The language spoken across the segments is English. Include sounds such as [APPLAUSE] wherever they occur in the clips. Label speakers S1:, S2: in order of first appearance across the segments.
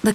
S1: The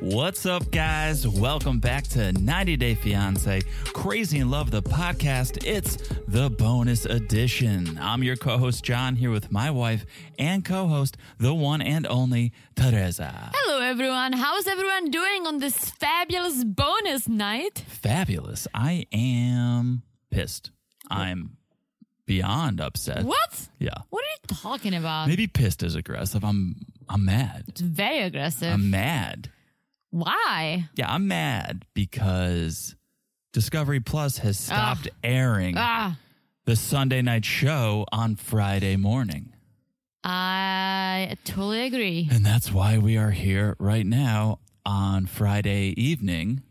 S2: What's up, guys? Welcome back to 90 Day Fiance Crazy in Love, the podcast. It's the bonus edition. I'm your co host, John, here with my wife and co host, the one and only Teresa.
S3: Hello, everyone. How's everyone doing on this fabulous bonus night?
S2: Fabulous. I am pissed. I'm beyond upset.
S3: What?
S2: Yeah.
S3: What are you talking about?
S2: Maybe pissed is aggressive. I'm, I'm mad.
S3: It's very aggressive.
S2: I'm mad.
S3: Why?
S2: Yeah, I'm mad because Discovery Plus has stopped airing
S3: Ah,
S2: the Sunday night show on Friday morning.
S3: I totally agree.
S2: And that's why we are here right now on Friday evening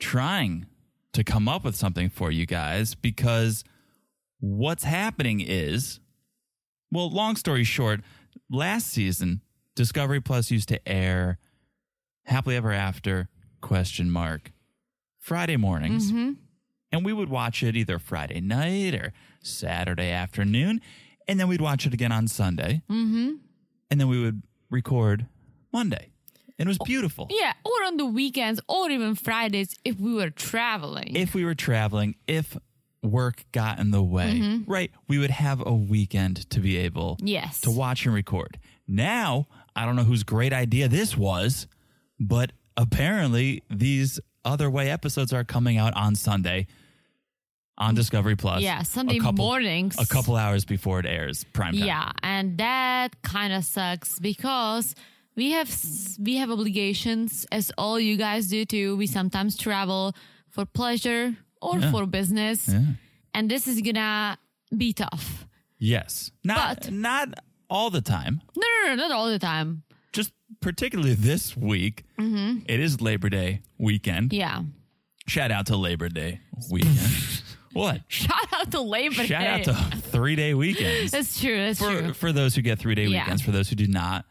S2: trying to come up with something for you guys because what's happening is well, long story short, last season Discovery Plus used to air Happily Ever After question mark Friday mornings
S3: hmm
S2: and we would watch it either Friday night or Saturday afternoon, and then we'd watch it again on Sunday,
S3: hmm
S2: and then we would record Monday. And it was beautiful.
S3: Yeah, or on the weekends, or even Fridays if we were traveling.
S2: If we were traveling, if work got in the way, right, we would have a weekend to be able
S3: Mm-hmm. yes.
S2: to watch and record. Now, I don't know whose great idea this was, but apparently these other way episodes are coming out on Sunday on Discovery Plus.
S3: Yeah,
S2: a
S3: Sunday
S2: couple-
S3: mornings.
S2: A couple hours before it airs, prime time.
S3: Yeah, and that kind of sucks because we have s- we have obligations as all you guys do too. We sometimes travel for pleasure or for business. And this is going to be tough.
S2: Yes. Not
S3: But-
S2: not all the time.
S3: No, no, no, not all the time.
S2: Just particularly this week.
S3: Mm-hmm.
S2: It is Labor Day weekend.
S3: Yeah.
S2: Shout out to Labor Day weekend. what?
S3: [LAUGHS] Shout out to Labor Day.
S2: Shout out to three day weekends.
S3: [LAUGHS] That's true. That's
S2: for
S3: true.
S2: for those who get three day
S3: Yeah.
S2: weekends. For those who do not,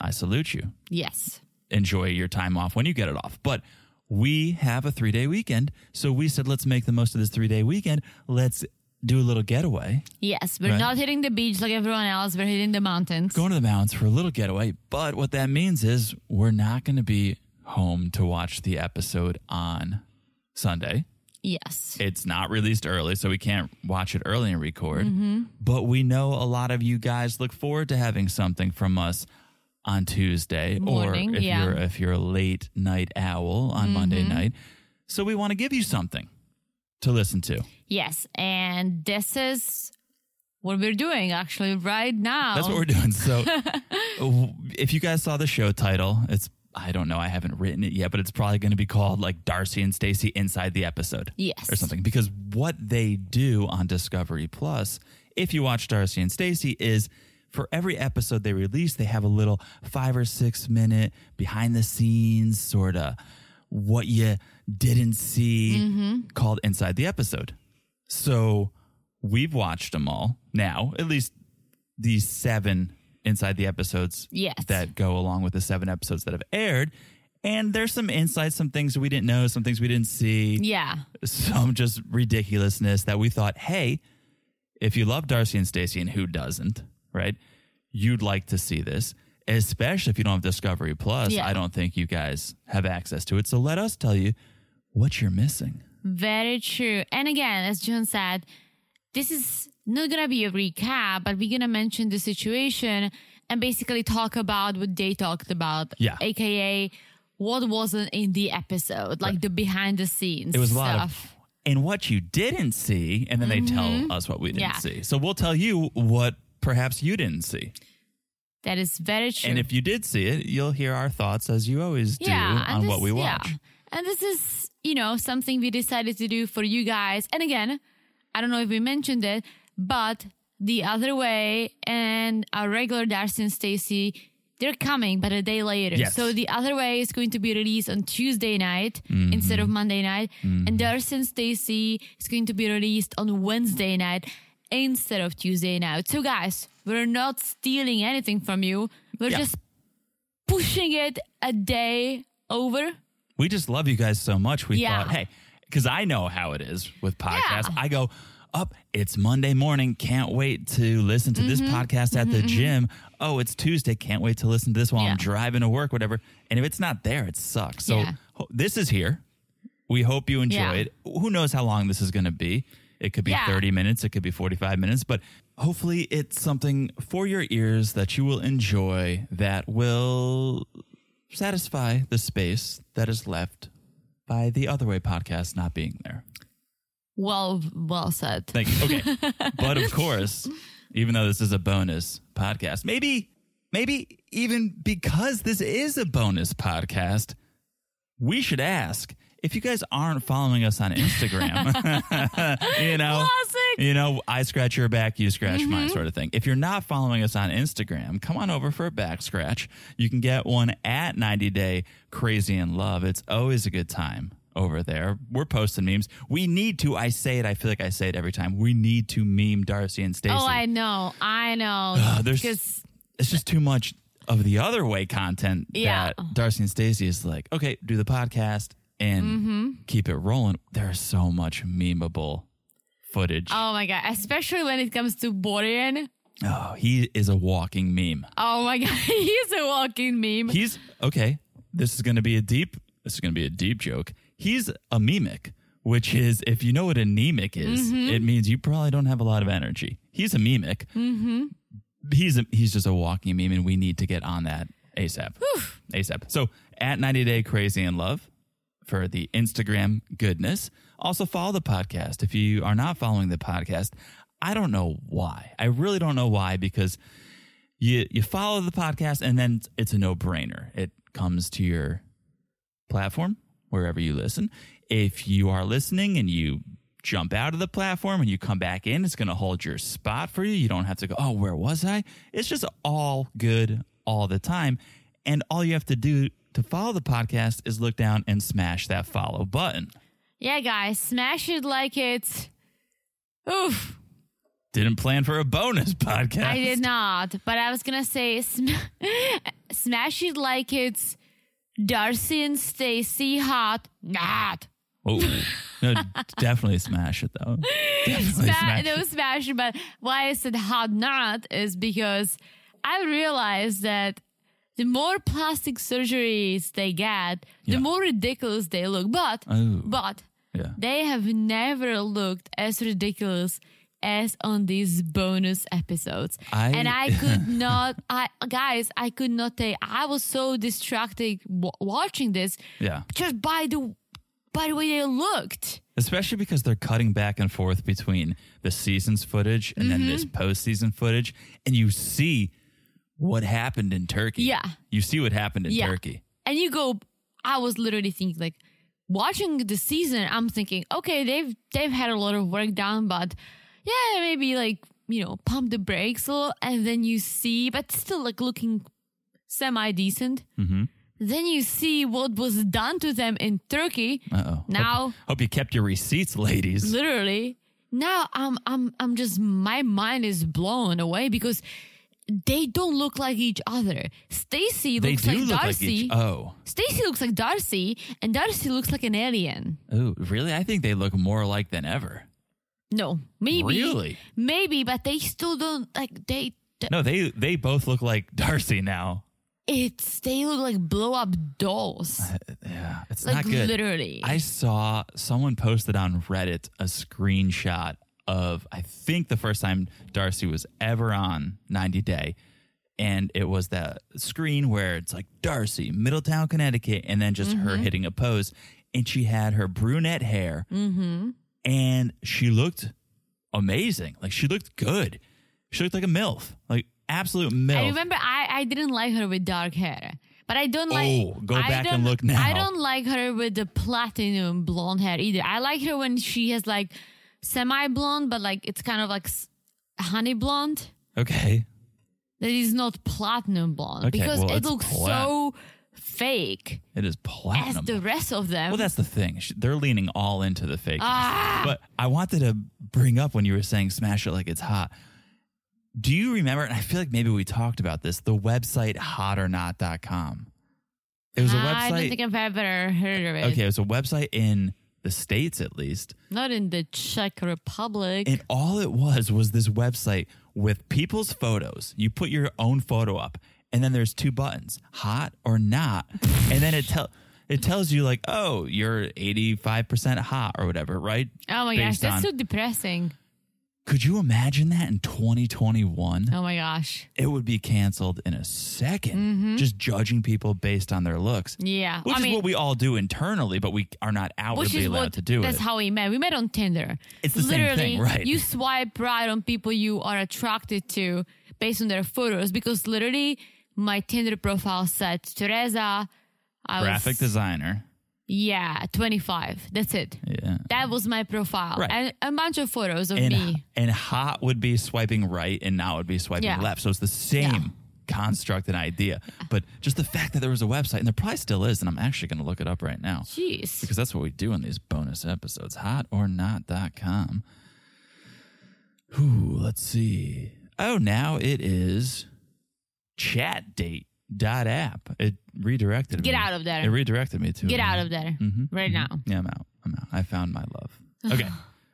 S2: I salute you.
S3: Yes.
S2: Enjoy your time off when you get it off. But we have a three day weekend. So we said let's make the most of this three day weekend. Let's do a little getaway.
S3: Yes. We're
S2: Right.
S3: not hitting the beach like everyone else. We're hitting the mountains.
S2: going to the mountains for a little getaway. But what that means is we're not going to be home to watch the episode on Sunday.
S3: yes.
S2: It's not released early, so we can't watch it early and record.
S3: Mm-hmm.
S2: But we know a lot of you guys look forward to having something from us on Tuesday,
S3: Morning,
S2: or if
S3: yeah. Mm-hmm.
S2: you're if you're a late night owl on Monday night. So we want to give you something to listen to.
S3: Yes. And this is what we're doing actually right now.
S2: That's what we're doing. So, w- if you guys saw the show title, it's I don't know, I haven't written it yet, but it's probably going to be called like Darcy and Stacy inside the episode.
S3: Yes.
S2: Or something because what they do on Discovery Plus, if you watch Darcy and Stacy is for every episode they release, they have a little 5 or 6 minute behind the scenes sort of what you didn't see called inside the episode. So, we've watched them all now, at least these seven inside the episodes
S3: Yes.
S2: that go along with the seven episodes that have aired. And there's some insights, some things we didn't know, some things we didn't see,
S3: Yeah.
S2: some just ridiculousness that we thought, hey, if you love Darcy and Stacy, and who doesn't, right? You'd like to see this, especially if you don't have Discovery Plus.
S3: Yeah.
S2: I don't think you guys have access to it. So let us tell you what you're missing.
S3: Very true. And again, as John said, this is not gonna be a recap, but we're gonna mention the situation and basically talk about what they talked about.
S2: Yeah.
S3: AKA what wasn't in the episode, like the behind the scenes.
S2: It was a
S3: stuff. Mm-hmm.
S2: lot of and what you didn't see, and then they tell us what we didn't
S3: Yeah.
S2: see. So we'll tell you what perhaps you didn't see.
S3: that is very true.
S2: And if you did see it, you'll hear our thoughts as you always do
S3: and
S2: on what
S3: this-
S2: we
S3: yeah.
S2: watch.
S3: [LAUGHS] And this is, you know, something we decided to do for you guys. And again, I don't know if we mentioned it, but the other way and our regular Darcy and Stacy, they're coming, but a day later.
S2: Yes.
S3: So the other way is going to be released on Tuesday night
S2: Mm-hmm.
S3: instead of Monday night, and Darcy and Stacy is going to be released on Wednesday night instead of Tuesday night. So guys, we're not stealing anything from you. We're
S2: Yeah.
S3: just pushing it a day over.
S2: we just love you guys so much. We
S3: Yeah.
S2: thought, hey, because I know how it is with podcasts.
S3: Yeah.
S2: I go up, it's Monday morning, can't wait to listen to
S3: Mm-hmm.
S2: this podcast at the gym. Oh, it's Tuesday, can't wait to listen to this while
S3: Yeah.
S2: I'm driving to work, whatever. And if it's not there, it sucks. So
S3: Yeah.
S2: ho- this is here. We hope you enjoy
S3: Yeah.
S2: it. Who knows how long this is going to be? It could be
S3: Yeah.
S2: 30 minutes, it could be 45 minutes, but hopefully it's something for your ears that you will enjoy that will satisfy the space that is left by the Other Way podcast not being there.
S3: Well, well said.
S2: Thank you. Okay. but of course, even though this is a bonus podcast, maybe, maybe even because this is a bonus podcast, we should ask if you guys aren't following us on Instagram, [LAUGHS] you know,
S3: Classic.
S2: you know, I scratch your back, you scratch
S3: Mm-hmm.
S2: mine sort of thing. If you're not following us on Instagram, come on over for a back scratch. You can get one at 90 day crazy in love. It's always a good time over there. We're posting memes. We need to, I say it, I feel like I say it every time. We need to meme Darcy and Stacey.
S3: Oh, I know, I know.
S2: Ugh, Uh, there's-
S3: because
S2: it's just too much of the other way content
S3: Yeah.
S2: that Darcy and Stacey is like, okay, do the podcast and
S3: Mm-hmm.
S2: keep it rolling. There's so much memeable footage.
S3: oh my god, especially when it comes to Borean.
S2: oh, he is a walking meme.
S3: Oh my [LAUGHS] god, he's a walking meme.
S2: He's okay. This is going to be a deep. This is going to be a deep joke. He's anemic, which is if you know what anemic is, it means you probably don't have a lot of energy. He's anemic. Mm-hmm. He's a, he's just a walking meme, and we need to get on that asap. ASAP. So at ninety day crazy in love for the Instagram goodness. Also follow the podcast. If you are not following the podcast, I don't know why. I really don't know why because you you follow the podcast and then it's a no-brainer. It comes to your platform wherever you listen. If you are listening and you jump out of the platform and you come back in, it's going to hold your spot for you. You don't have to go, "Oh, where was I?" It's just all good all the time. And all you have to do to follow the podcast is look down and smash that follow button.
S3: yeah, guys, smash it like it's. Oof,
S2: Didn't plan for a bonus [LAUGHS] podcast.
S3: I did not, but I was gonna say sm- [LAUGHS] smash it like it's Darcy and Stacy hot. Not.
S2: Oh,
S3: [LAUGHS]
S2: no, definitely smash it though. Definitely
S3: sma-
S2: smash it.
S3: no smash, but why I said hot not is because I realized that the more plastic surgeries they get, the
S2: Yeah.
S3: more ridiculous they look. But
S2: Oh.
S3: but
S2: Yeah.
S3: they have never looked as ridiculous as on these bonus episodes.
S2: I-
S3: and
S2: [LAUGHS]
S3: I could not, I guys, I could not take. I was so distracted w- watching this
S2: Yeah.
S3: just by the by the way they looked.
S2: Especially because they're cutting back and forth between the seasons footage and then this
S3: Mm-hmm.
S2: postseason footage, and you see what happened in Turkey.
S3: Yeah.
S2: You see what happened in
S3: Yeah.
S2: Turkey.
S3: and you go i was literally thinking like watching the season i'm thinking okay they've they've had a lot of work done but yeah maybe like you know pump the brakes a little and then you see but still like looking semi decent
S2: Mm-hmm.
S3: then you see what was done to them in turkey
S2: Uh oh.
S3: Now-
S2: Hope, hope you kept your receipts, ladies.
S3: literally now i'm i'm i'm just my mind is blown away because they don't look like each other stacy
S2: They
S3: looks
S2: do
S3: like
S2: look like
S3: darcy
S2: each Oh.
S3: Stacy looks like Darcy, and Darcy looks like an alien.
S2: Oh, really? I think they look more alike than ever.
S3: No, maybe,
S2: Really?
S3: maybe, but they still don't like they. th-
S2: No, they they both look like Darcy now. [LAUGHS]
S3: It's they look like blow up dolls.
S2: Yeah, it's
S3: Like,
S2: not good.
S3: literally.
S2: I saw someone posted on Reddit a screenshot of I think the first time Darcy was ever on 90 Day, and it was that screen where it's like Darcy, Middletown, Connecticut, and then just
S3: Mm-hmm.
S2: her hitting a pose, and she had her brunette hair,
S3: Mm-hmm.
S2: and she looked amazing. Like she looked good. She looked like a milf, like absolute milf.
S3: I remember I, I didn't like her with dark hair. But I don't like
S2: Oh, go
S3: I
S2: back and
S3: don't-
S2: look now.
S3: I don't like her with the platinum blonde hair either. I like her when she has like semi blonde, but like it's kind of like s- honey blonde.
S2: okay,
S3: That is not platinum blonde
S2: Okay,
S3: because
S2: well,
S3: it
S2: it's
S3: looks
S2: plat-
S3: so fake
S2: it is
S3: as
S2: platinum.
S3: the rest of them.
S2: Well, that's the thing. Sh- They're leaning all into the fake.
S3: Um, Ah!
S2: But I wanted to bring up when you were saying smash it like it's hot. Do you remember? And I feel like maybe we talked about this the website hotornot.com. It was a website.
S3: Ah, I don't think I've ever heard of it.
S2: okay, it was a website in the States at least.
S3: Not in the Czech Republic.
S2: And all it was was this website with people's photos. You put your own photo up, and then there's two buttons, hot or not. and then it tell it tells you like, oh, you're 85% hot or whatever, right?
S3: oh my gosh,
S2: Based
S3: that's
S2: on-
S3: so depressing.
S2: Could you imagine that in 2021?
S3: Oh my gosh.
S2: It would be canceled in a 2nd Just judging people based on their looks.
S3: Mm-hmm. Yeah.
S2: Which
S3: I
S2: is
S3: mean-
S2: what we all do internally, but we are not outwardly allowed to do
S3: that's
S2: it.
S3: how we met. We met on Tinder.
S2: It's the same
S3: Literally,
S2: thing, right.
S3: You swipe right on people you are attracted to based on their photos because literally my Tinder profile said Teresa. I
S2: Graphic
S3: was,
S2: designer.
S3: Yeah, 25. That's it.
S2: Yeah.
S3: That was my profile.
S2: Right.
S3: And a bunch of photos of
S2: and,
S3: me.
S2: and hot would be swiping right and now would be swiping
S3: Yeah.
S2: left. So it's the same construct and
S3: [LAUGHS]
S2: idea. But just the fact that there was a website, and there probably still is, and I'm actually going to look it up right now
S3: Jeez.
S2: because that's what we do in these bonus episodes hotornot.com. Ooh, let's see. Oh, now it is chatdate.app. It redirected
S3: Get
S2: me.
S3: out of there.
S2: It redirected me to
S3: Get out of there
S2: Mm-hmm.
S3: right now.
S2: Yeah, I'm out. I'm out. I found my
S3: [LAUGHS]
S2: love. Okay.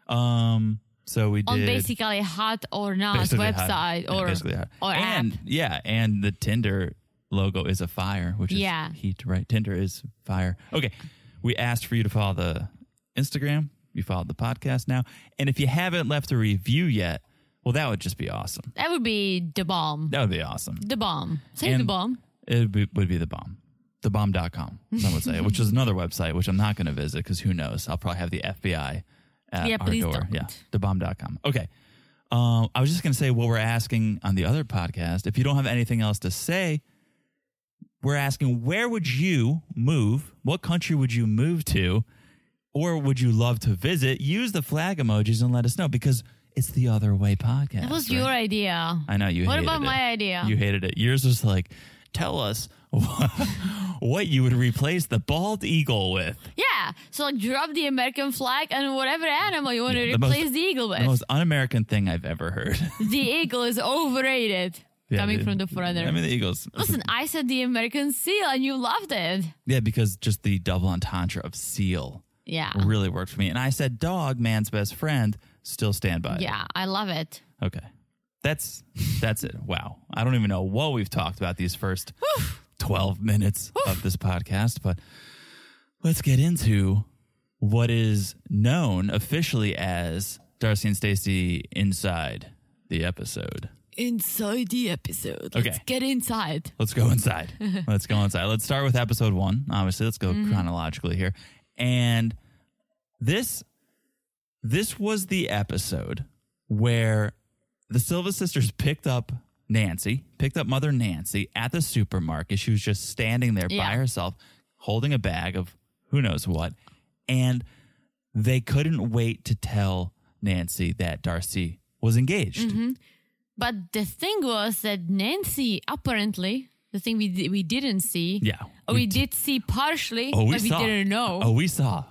S2: um. So we did
S3: On basically hot or not
S2: basically how-
S3: website
S2: yeah,
S3: or
S2: basically how-
S3: or
S2: and
S3: app.
S2: yeah, and the Tinder logo is a fire, which is
S3: Yeah.
S2: heat. Right, Tinder is fire. Okay, we asked for you to follow the Instagram. You followed the podcast now, and if you haven't left a review yet, well, that would just be awesome.
S3: That would be the bomb.
S2: That would be awesome.
S3: The bomb. Say the
S2: And-
S3: bomb.
S2: It would be, would be the bomb. Thebomb.com, some would say, which is another website, which I'm not going to visit because who knows? I'll probably have the FBI at
S3: Yeah,
S2: our
S3: please
S2: door.
S3: don't.
S2: Yeah, thebomb.com. Okay. Um, I was just going to say what we're asking on the other podcast. If you don't have anything else to say, we're asking where would you move? What country would you move to? Or would you love to visit? Use the flag emojis and let us know because it's the Other Way podcast.
S3: That was
S2: right?
S3: your idea.
S2: I know you.
S3: What
S2: hated
S3: about
S2: it.
S3: my idea?
S2: You hated it. Yours was like, tell us [LAUGHS] what, what you would replace the bald eagle with.
S3: yeah. So like drop the American flag and whatever animal you want to
S2: Yeah, the most-
S3: replace the eagle with.
S2: The most un-American thing I've ever heard. [LAUGHS]
S3: the eagle is overrated.
S2: Yeah,
S3: coming from the foreigner.
S2: I mean, the eagles.
S3: Listen, I said the American seal and you loved it.
S2: [LAUGHS] Yeah, because just the double entendre of seal
S3: Yeah.
S2: really worked for me. And I said, dog, man's best friend. Still stand by. it.
S3: Yeah, I love it.
S2: Okay. That's that's it. Wow. I don't even know what we've talked about these first 12 minutes of this podcast, but let's get into what is known officially as Darcy and Stacy inside the episode.
S3: Inside the episode.
S2: Let's Okay.
S3: get inside.
S2: Let's go
S3: [LAUGHS]
S2: inside. Let's go inside. Let's start with episode 1. Obviously, let's go
S3: Mm-hmm.
S2: chronologically here. And this this was the episode where the Silva sisters picked up Nancy, picked up Mother Nancy at the supermarket. She was just standing there
S3: Yeah.
S2: by herself, holding a bag of who knows what. And they couldn't wait to tell Nancy that Darcy was engaged.
S3: Mm-hmm. But the thing was that Nancy apparently the thing we di- we didn't see.
S2: Yeah.
S3: Or we, did see partially,
S2: Oh, we
S3: but
S2: saw.
S3: we didn't know.
S2: Oh, we saw.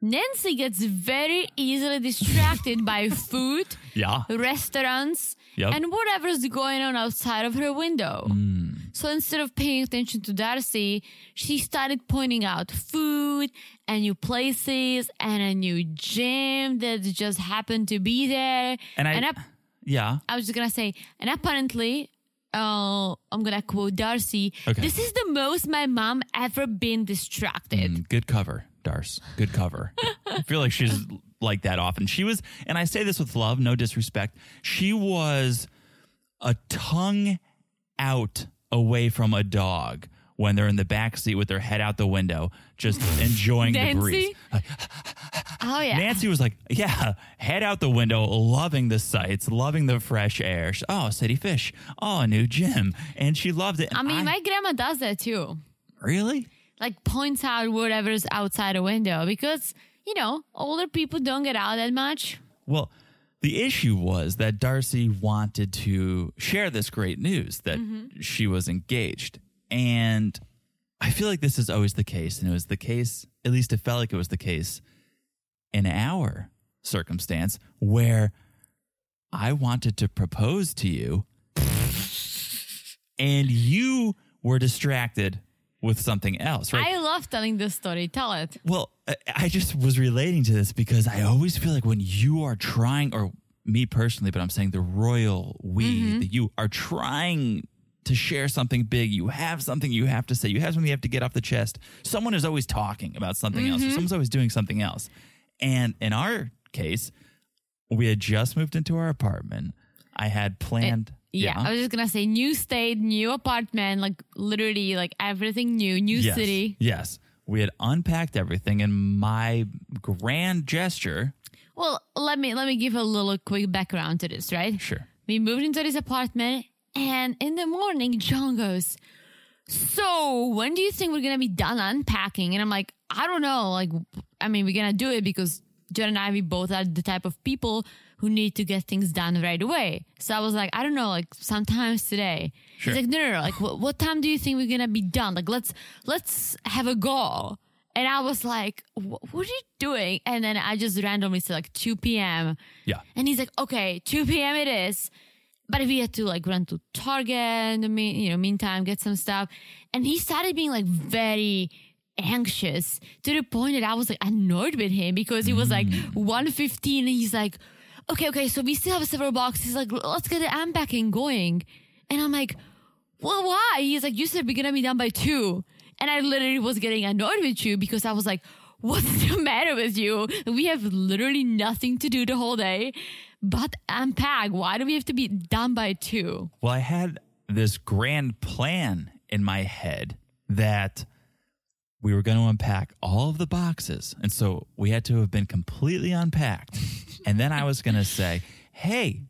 S3: Nancy gets very easily distracted by food,
S2: Yeah.
S3: restaurants,
S2: Yep. Hmm.
S3: and whatever's going on outside of her window. So instead of paying attention to Darcy, she started pointing out food and new places and a new gym that just happened to be there.
S2: And I,
S3: and ap-
S2: yeah,
S3: I was just gonna say, and apparently oh, I'm gonna quote Darcy.
S2: Okay.
S3: This is the most my mom ever been distracted.
S2: Mm, good cover, Darce. Good cover. I feel like she's like that often. She was, and I say this with love, no disrespect. She was a tongue out away from a dog when they're in the back seat with their head out the window,
S3: [LAUGHS]
S2: just enjoying the breeze.
S3: Nancy? Oh yeah.
S2: Nancy was like, "Yeah, head out the window, loving the sights, loving the fresh air. She- Oh, city fish. Oh, a new gym." And she loved it.
S3: I
S2: And
S3: mean, my grandma does that too.
S2: really
S3: Like points out whatever's outside a window because you know older people don't get out that much.
S2: Well, the issue was that Darcy wanted to share this great news that she was engaged. And I feel like this is always the case. And it was the case, at least it felt like it was the case in our circumstance, where I wanted to propose to you and you were distracted with something else, right?
S3: I love telling this story. Tell it.
S2: Well, I- I just was relating to this because I always feel like when you are trying, or me personally, but I'm saying the royal we,
S3: Mm-hmm.
S2: that you are trying to share something big, you have something you have to say, you have something you have to get off the chest. Someone is always talking about something else,
S3: Mm-hmm.
S2: or someone's always doing something else. And in our case, we had just moved into our apartment. I had planned.
S3: Eh, Yeah, I was just gonna say new state, new apartment, like literally like everything new, new
S2: yes,
S3: city.
S2: Yes. We had unpacked everything, and my grand gesture.
S3: Well, let me let me give a little quick background to this, right?
S2: Sure.
S3: We moved into this apartment and in the morning John goes, So when do you think we're gonna be done unpacking? And I'm like, I don't know. Like I mean we're gonna do it because John and I we both are the type of people who need to get things done right away. So I was like, I don't know, like sometimes today.
S2: Sure.
S3: He's like, no, no, no. Like, what, what time do you think we're gonna be done? Like, let's let's have a go. And I was like, "Wh- what are you doing? And then I just randomly said like 2 p.m.
S2: Yeah.
S3: And he's like, okay, 2 p.m. it is. But we had to like run to Target in the mean, you know, meantime, get some stuff. And he started being like very anxious to the point that I was like annoyed with him because he was like 115 and he's like, okay, okay, so we still have several boxes. Like, let's get the unpacking going. And I'm like, well, why? He's like, you said we're gonna be done by two. And I literally was getting annoyed with you because I was like, what's [LAUGHS] the matter with you? We have literally nothing to do the whole day but unpack. Why do we have to be done by two?
S2: Well, I had this grand plan in my head that we were going to unpack all of the boxes. And so we had to have been completely unpacked. and then I was going to say, hey,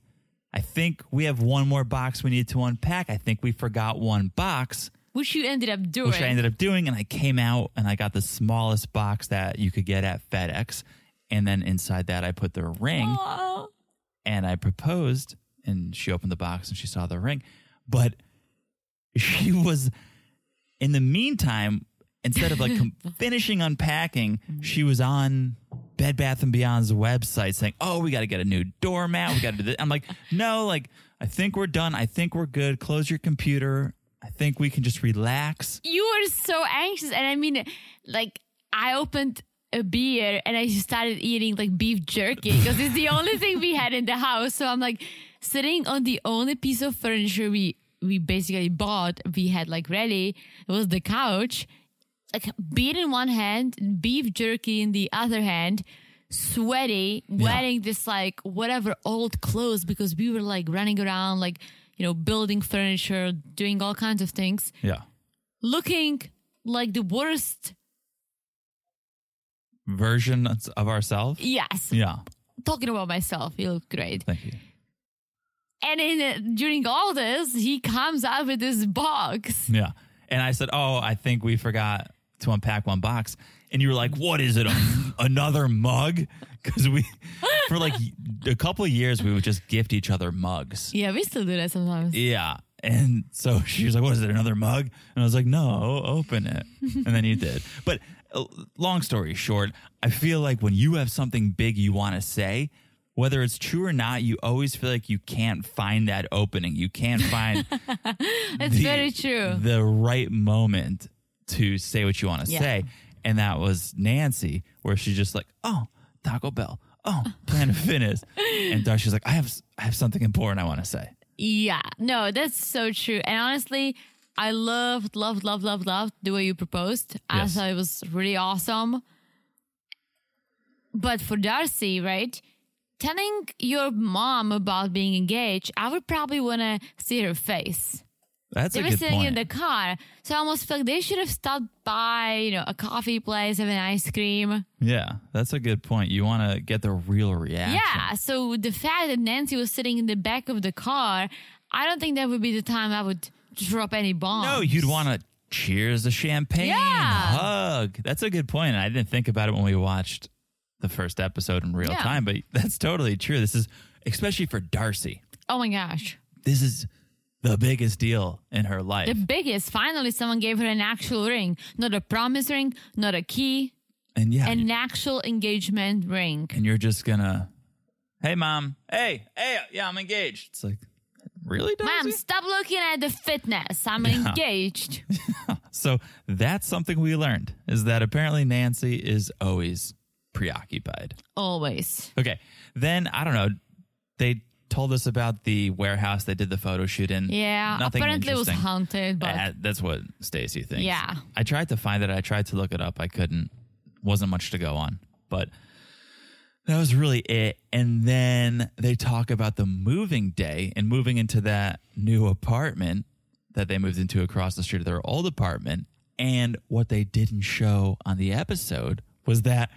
S2: I think we have one more box we need to unpack. I think we forgot one box,
S3: Which you ended up doing.
S2: which I ended up doing. And I came out and I got the smallest box that you could get at FedEx. And then inside that, I put the ring
S3: Oh.
S2: and I proposed, and she opened the box and she saw the ring. But she was, in the meantime, instead of like com- finishing unpacking, she was on Bed Bath and Beyond's website saying, "Oh, we got to get a new doormat. We got to do this." I'm like, "No, like I think we're done. I think we're good. Close your computer. I think we can just relax."
S3: You were so anxious. And I mean, like, I opened a beer and I started eating like beef jerky because it's the only thing we had in the house. So I'm like sitting on the only piece of furniture we we basically bought, we had like ready. It was the couch. Like beer in one hand, beef jerky in the other hand, sweaty, wearing this like whatever old clothes because we were like running around like, you know, building furniture, doing all kinds of things
S2: Yeah,
S3: looking like the worst.
S2: versions of ourselves.
S3: Yes,
S2: Yeah,
S3: talking about myself, you look great.
S2: thank you.
S3: And in, during all this, he comes out with this box.
S2: Yeah. And I said, Oh, I think we forgot to unpack one box. And you were like, What is it? a- [LAUGHS] another mug? Because we, for like a couple of years, we would just gift each other mugs.
S3: Yeah, we still do that sometimes.
S2: Yeah. And so [LAUGHS] she was like, What is it? Another mug? And I was like, No, open it. And then you did. But uh, long story short, I feel like when you have something big you want to say, whether it's true or not, you always feel like you can't find that opening. You can't find
S3: [LAUGHS] That's very true.
S2: the right moment to say what you want to
S3: Yeah.
S2: say. And that was Nancy, where she's just like, oh, Taco Bell. Oh, Planet Fitness. And Darcy's like, I have I have something important I want to say.
S3: Yeah, no, that's so true. And honestly, I loved, loved, loved, loved, loved the way you proposed. I
S2: Yes.
S3: thought it was really awesome. But for Darcy, right? Telling your mom about being engaged, I would probably want to see her face.
S2: That's
S3: they
S2: a
S3: were
S2: good
S3: sitting
S2: point.
S3: in the car, so I almost felt they should have stopped by, you know, a coffee place, have an ice cream.
S2: yeah, that's a good point. You want to get the real reaction.
S3: Yeah. So the fact that Nancy was sitting in the back of the car, I don't think that would be the time I would drop any bombs.
S2: No, you'd want to cheers the champagne,
S3: Yeah.
S2: hug. That's a good point. And I didn't think about it when we watched the first episode in real
S3: Yeah.
S2: time, but [LAUGHS] that's totally true. This is, especially for Darcy,
S3: Oh my gosh.
S2: this is the biggest deal in her life.
S3: The biggest. Finally, someone gave her an actual ring, not a promise ring, not a key,
S2: and yeah,
S3: an actual engagement ring.
S2: and you're just going to, hey, mom, hey, hey, yeah, I'm engaged. It's like, really, Darcy?
S3: Mom, stop looking at the fitness. I'm
S2: [LAUGHS]
S3: engaged.
S2: So that's something we learned is that apparently Nancy is always preoccupied.
S3: Always.
S2: Okay. Then I don't know. They told us about the warehouse they did the photo shoot in.
S3: Yeah.
S2: Nothing
S3: apparently, it was
S2: interesting.
S3: haunted, but
S2: Uh, that's what Stacy thinks.
S3: Yeah.
S2: I tried to find it. I tried to look it up. I couldn't. Wasn't much to go on. But that was really it. And then they talk about the moving day and moving into that new apartment that they moved into across the street of their old apartment. And what they didn't show on the episode was that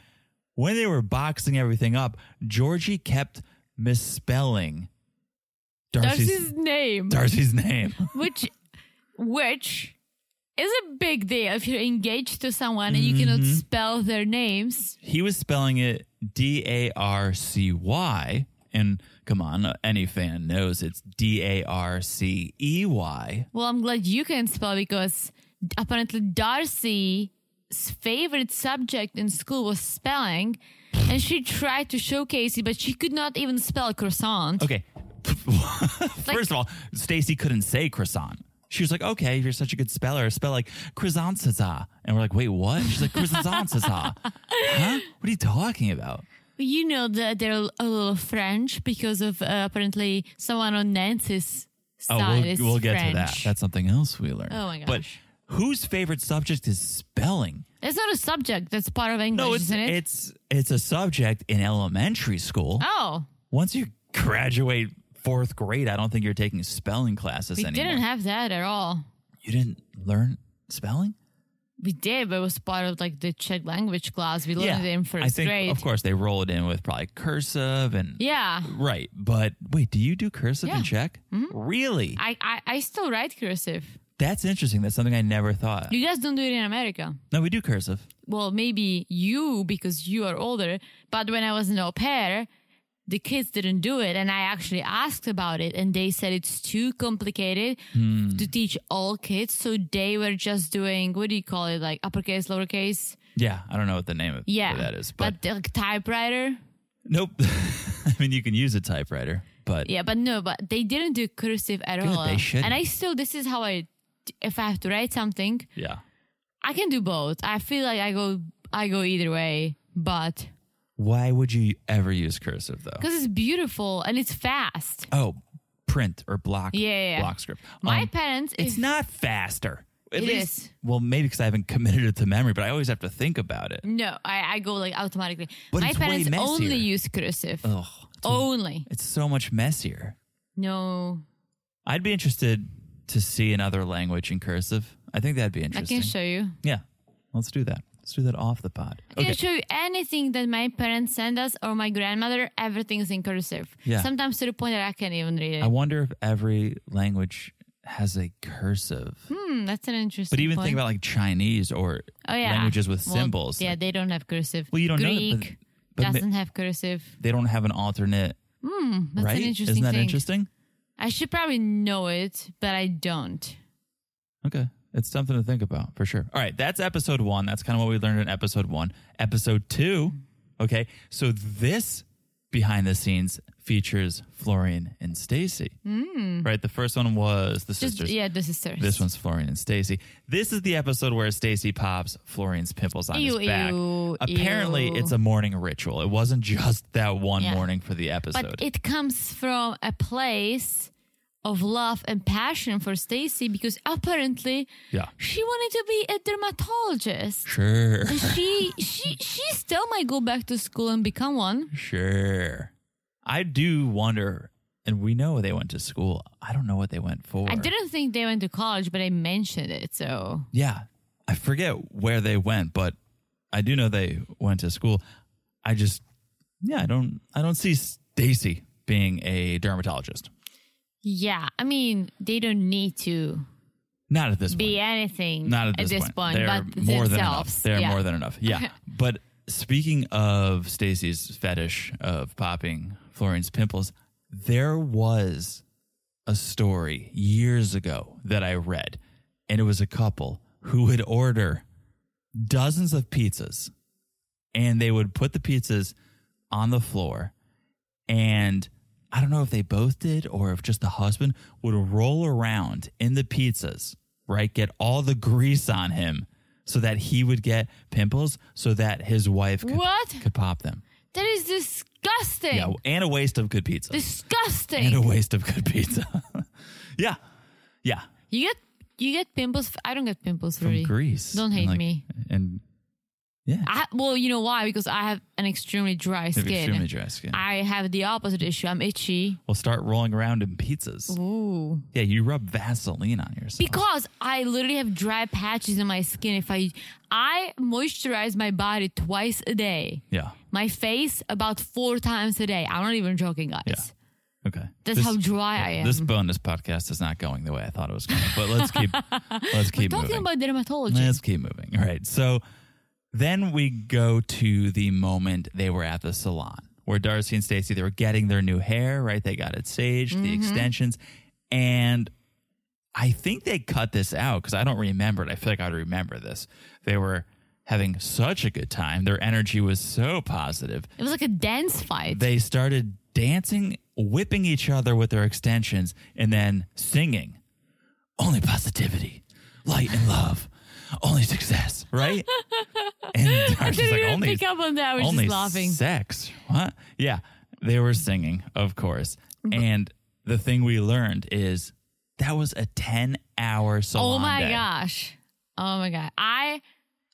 S2: when they were boxing everything up, Georgie kept misspelling
S3: Darcy's
S2: Darcy's,
S3: name,
S2: Darcy's name.
S3: which, which is a big deal if you're engaged to someone and you cannot
S2: Mm-hmm.
S3: spell their names.
S2: he was spelling it D A R C Y. And come on, any fan knows it's D A R C E Y.
S3: Well, I'm glad you can spell because apparently Darcy's favorite subject in school was spelling, and she tried to showcase it, but she could not even spell croissant.
S2: Okay. [LAUGHS] First of all, Stacy couldn't say croissant. She was like, okay, you're such a good speller. Spell like croissant And we're like, wait, what? She's like, croissant
S3: [LAUGHS]
S2: Huh? What are you talking about?
S3: You know that they're a little French because of uh, apparently someone on Nancy's side
S2: Oh, we'll,
S3: is
S2: we'll get to that.
S3: French.
S2: That's something else we learned.
S3: Oh my
S2: But
S3: gosh.
S2: whose favorite subject is spelling?
S3: That's not a subject. That's part of English,
S2: No, it's,
S3: isn't it?
S2: it's it's a subject in elementary school.
S3: oh,
S2: once you graduate fourth grade, I don't think you're taking spelling classes
S3: we
S2: anymore.
S3: didn't have that at all.
S2: you didn't learn spelling?
S3: We did, but it was part of like the Czech language class. We learned it in first
S2: I think,
S3: grade.
S2: of course, they roll it in with probably cursive and.
S3: Yeah.
S2: Right. But wait, do you do cursive
S3: Yeah. Mm-hmm.
S2: in Czech? Really?
S3: I, I, I still write cursive.
S2: That's interesting. That's something I never thought.
S3: You guys don't do it in America.
S2: no, we do cursive.
S3: Well, maybe you because you are older, but when I was an au pair, the kids didn't do it. And I actually asked about it, and they said it's too complicated
S2: Hmm.
S3: to teach all kids. So they were just doing what do you call it, like uppercase, lowercase?
S2: Yeah, I don't know what the name of
S3: Yeah.
S2: that is, but,
S3: the, like, typewriter.
S2: nope. [LAUGHS] I mean, you can use a typewriter, but
S3: Yeah, but no, but they didn't do cursive at
S2: Good,
S3: all.
S2: they shouldn't.
S3: And I still, this is how I, if I have to write something,
S2: yeah.
S3: I can do both. I feel like I go I go either way, but
S2: Why would you ever use cursive though?
S3: because it's beautiful and it's fast.
S2: Oh, print or block.
S3: Yeah, yeah, yeah.
S2: block script.
S3: My
S2: Um,
S3: parents,
S2: It's
S3: if-
S2: not faster. At
S3: It
S2: least,
S3: is.
S2: Well, maybe because I haven't committed it to memory, but I always have to think about it.
S3: no, I, I go like automatically.
S2: But
S3: My
S2: it's way
S3: parents only
S2: messier. Oh.
S3: use cursive,
S2: Ugh,
S3: only.
S2: it's so much messier.
S3: No,
S2: I'd be interested to see another language in cursive. I think that'd be
S3: I
S2: interesting.
S3: can show you.
S2: yeah, let's do that. Let's do that off the pod.
S3: I can show you anything that my parents send us or my grandmother. Everything's in cursive.
S2: Yeah.
S3: Sometimes to the point that I can't even read it.
S2: I wonder if every language has a cursive.
S3: hmm, that's an interesting.
S2: But even
S3: point.
S2: think about like Chinese or
S3: oh, yeah.
S2: languages with
S3: Well,
S2: symbols.
S3: Yeah,
S2: Like,
S3: they don't have cursive.
S2: Well, you don't know that,
S3: Greek
S2: but- but ma-
S3: doesn't have cursive.
S2: they don't have an alternate,
S3: Mm-hmm. That's
S2: right?
S3: an interesting
S2: Isn't that
S3: thing.
S2: interesting?
S3: I should probably know it, but I don't.
S2: Okay. It's something to think about for sure. All right. That's episode one. That's kind of what we learned in episode one. Episode two. Okay. So this behind the scenes features Florian and Stacy. Mm. Right. The first one was the
S3: Just
S2: sisters.
S3: yeah, the sisters.
S2: This one's Florian and Stacy. This is the episode where Stacy pops Florian's pimples on
S3: Ew,
S2: his back.
S3: ew,
S2: Apparently,
S3: ew.
S2: it's a morning ritual. It wasn't just that one
S3: Yeah.
S2: morning for the episode.
S3: But it comes from a place of love and passion for Stacy because apparently
S2: Yeah.
S3: she wanted to be a dermatologist.
S2: Sure. [LAUGHS]
S3: And she she she still might go back to school and become one.
S2: Sure. I do wonder, and we know they went to school. I don't know what they went for.
S3: I didn't think they went to college, but I mentioned it. So
S2: Yeah. I forget where they went, but I do know they went to school. I just, yeah, I don't, I don't see Stacy being a dermatologist.
S3: yeah, I mean they don't need to
S2: Not at this point.
S3: be anything
S2: Not at this,
S3: point,
S2: They're
S3: but
S2: more than
S3: themselves.
S2: enough. They're
S3: yeah.
S2: more than enough. Yeah. but speaking of Stacy's fetish of popping Florian's pimples, there was a story years ago that I read, and it was a couple who would order dozens of pizzas, and they would put the pizzas on the floor, and I don't know if they both did or if just the husband would roll around in the pizzas, right? Get all the grease on him so that he would get pimples so that his wife could,
S3: What?
S2: could pop them.
S3: [LAUGHS] That is disgusting.
S2: Yeah, and a waste of good pizza.
S3: disgusting.
S2: and a waste of good pizza. [LAUGHS] yeah. Yeah.
S3: You get you get pimples. f- I don't get pimples
S2: From
S3: really.
S2: Greece.
S3: Don't
S2: and,
S3: hate
S2: like-
S3: me.
S2: And yeah.
S3: I well, you know why? Because I have an extremely dry
S2: Maybe
S3: skin.
S2: extremely dry skin.
S3: I have the opposite issue. I'm itchy.
S2: we'll start rolling around in pizzas.
S3: Ooh.
S2: Yeah, you rub Vaseline on yourself.
S3: Because I literally have dry patches in my skin. If I I moisturize my body twice a day.
S2: yeah.
S3: My face about four times a day. I'm not even joking, guys.
S2: Yeah. Okay.
S3: That's how dry I am.
S2: This bonus podcast is not going the way I thought it was going, but let's
S3: [LAUGHS]
S2: keep let's keep
S3: Talking
S2: moving.
S3: about dermatology.
S2: let's keep moving. All right. So then we go to the moment they were at the salon where Darcy and Stacy they were getting their new hair, right? They got it staged, the extensions, and I think they cut this out because I don't remember it. I feel like I'd remember this. They were having such a good time. Their energy was so positive
S3: it was like a dance fight.
S2: they started dancing, whipping each other with their extensions, and then singing. Only positivity, light and love, only success,
S3: [LAUGHS]
S2: right? And
S3: I
S2: Darcy's
S3: didn't
S2: like,
S3: even
S2: only,
S3: pick up on that. I was
S2: only
S3: just laughing.
S2: sex. What? Yeah, they were singing, of course. And the thing we learned is that was a 10 hour salon.
S3: Oh my
S2: day.
S3: gosh. Oh my god. I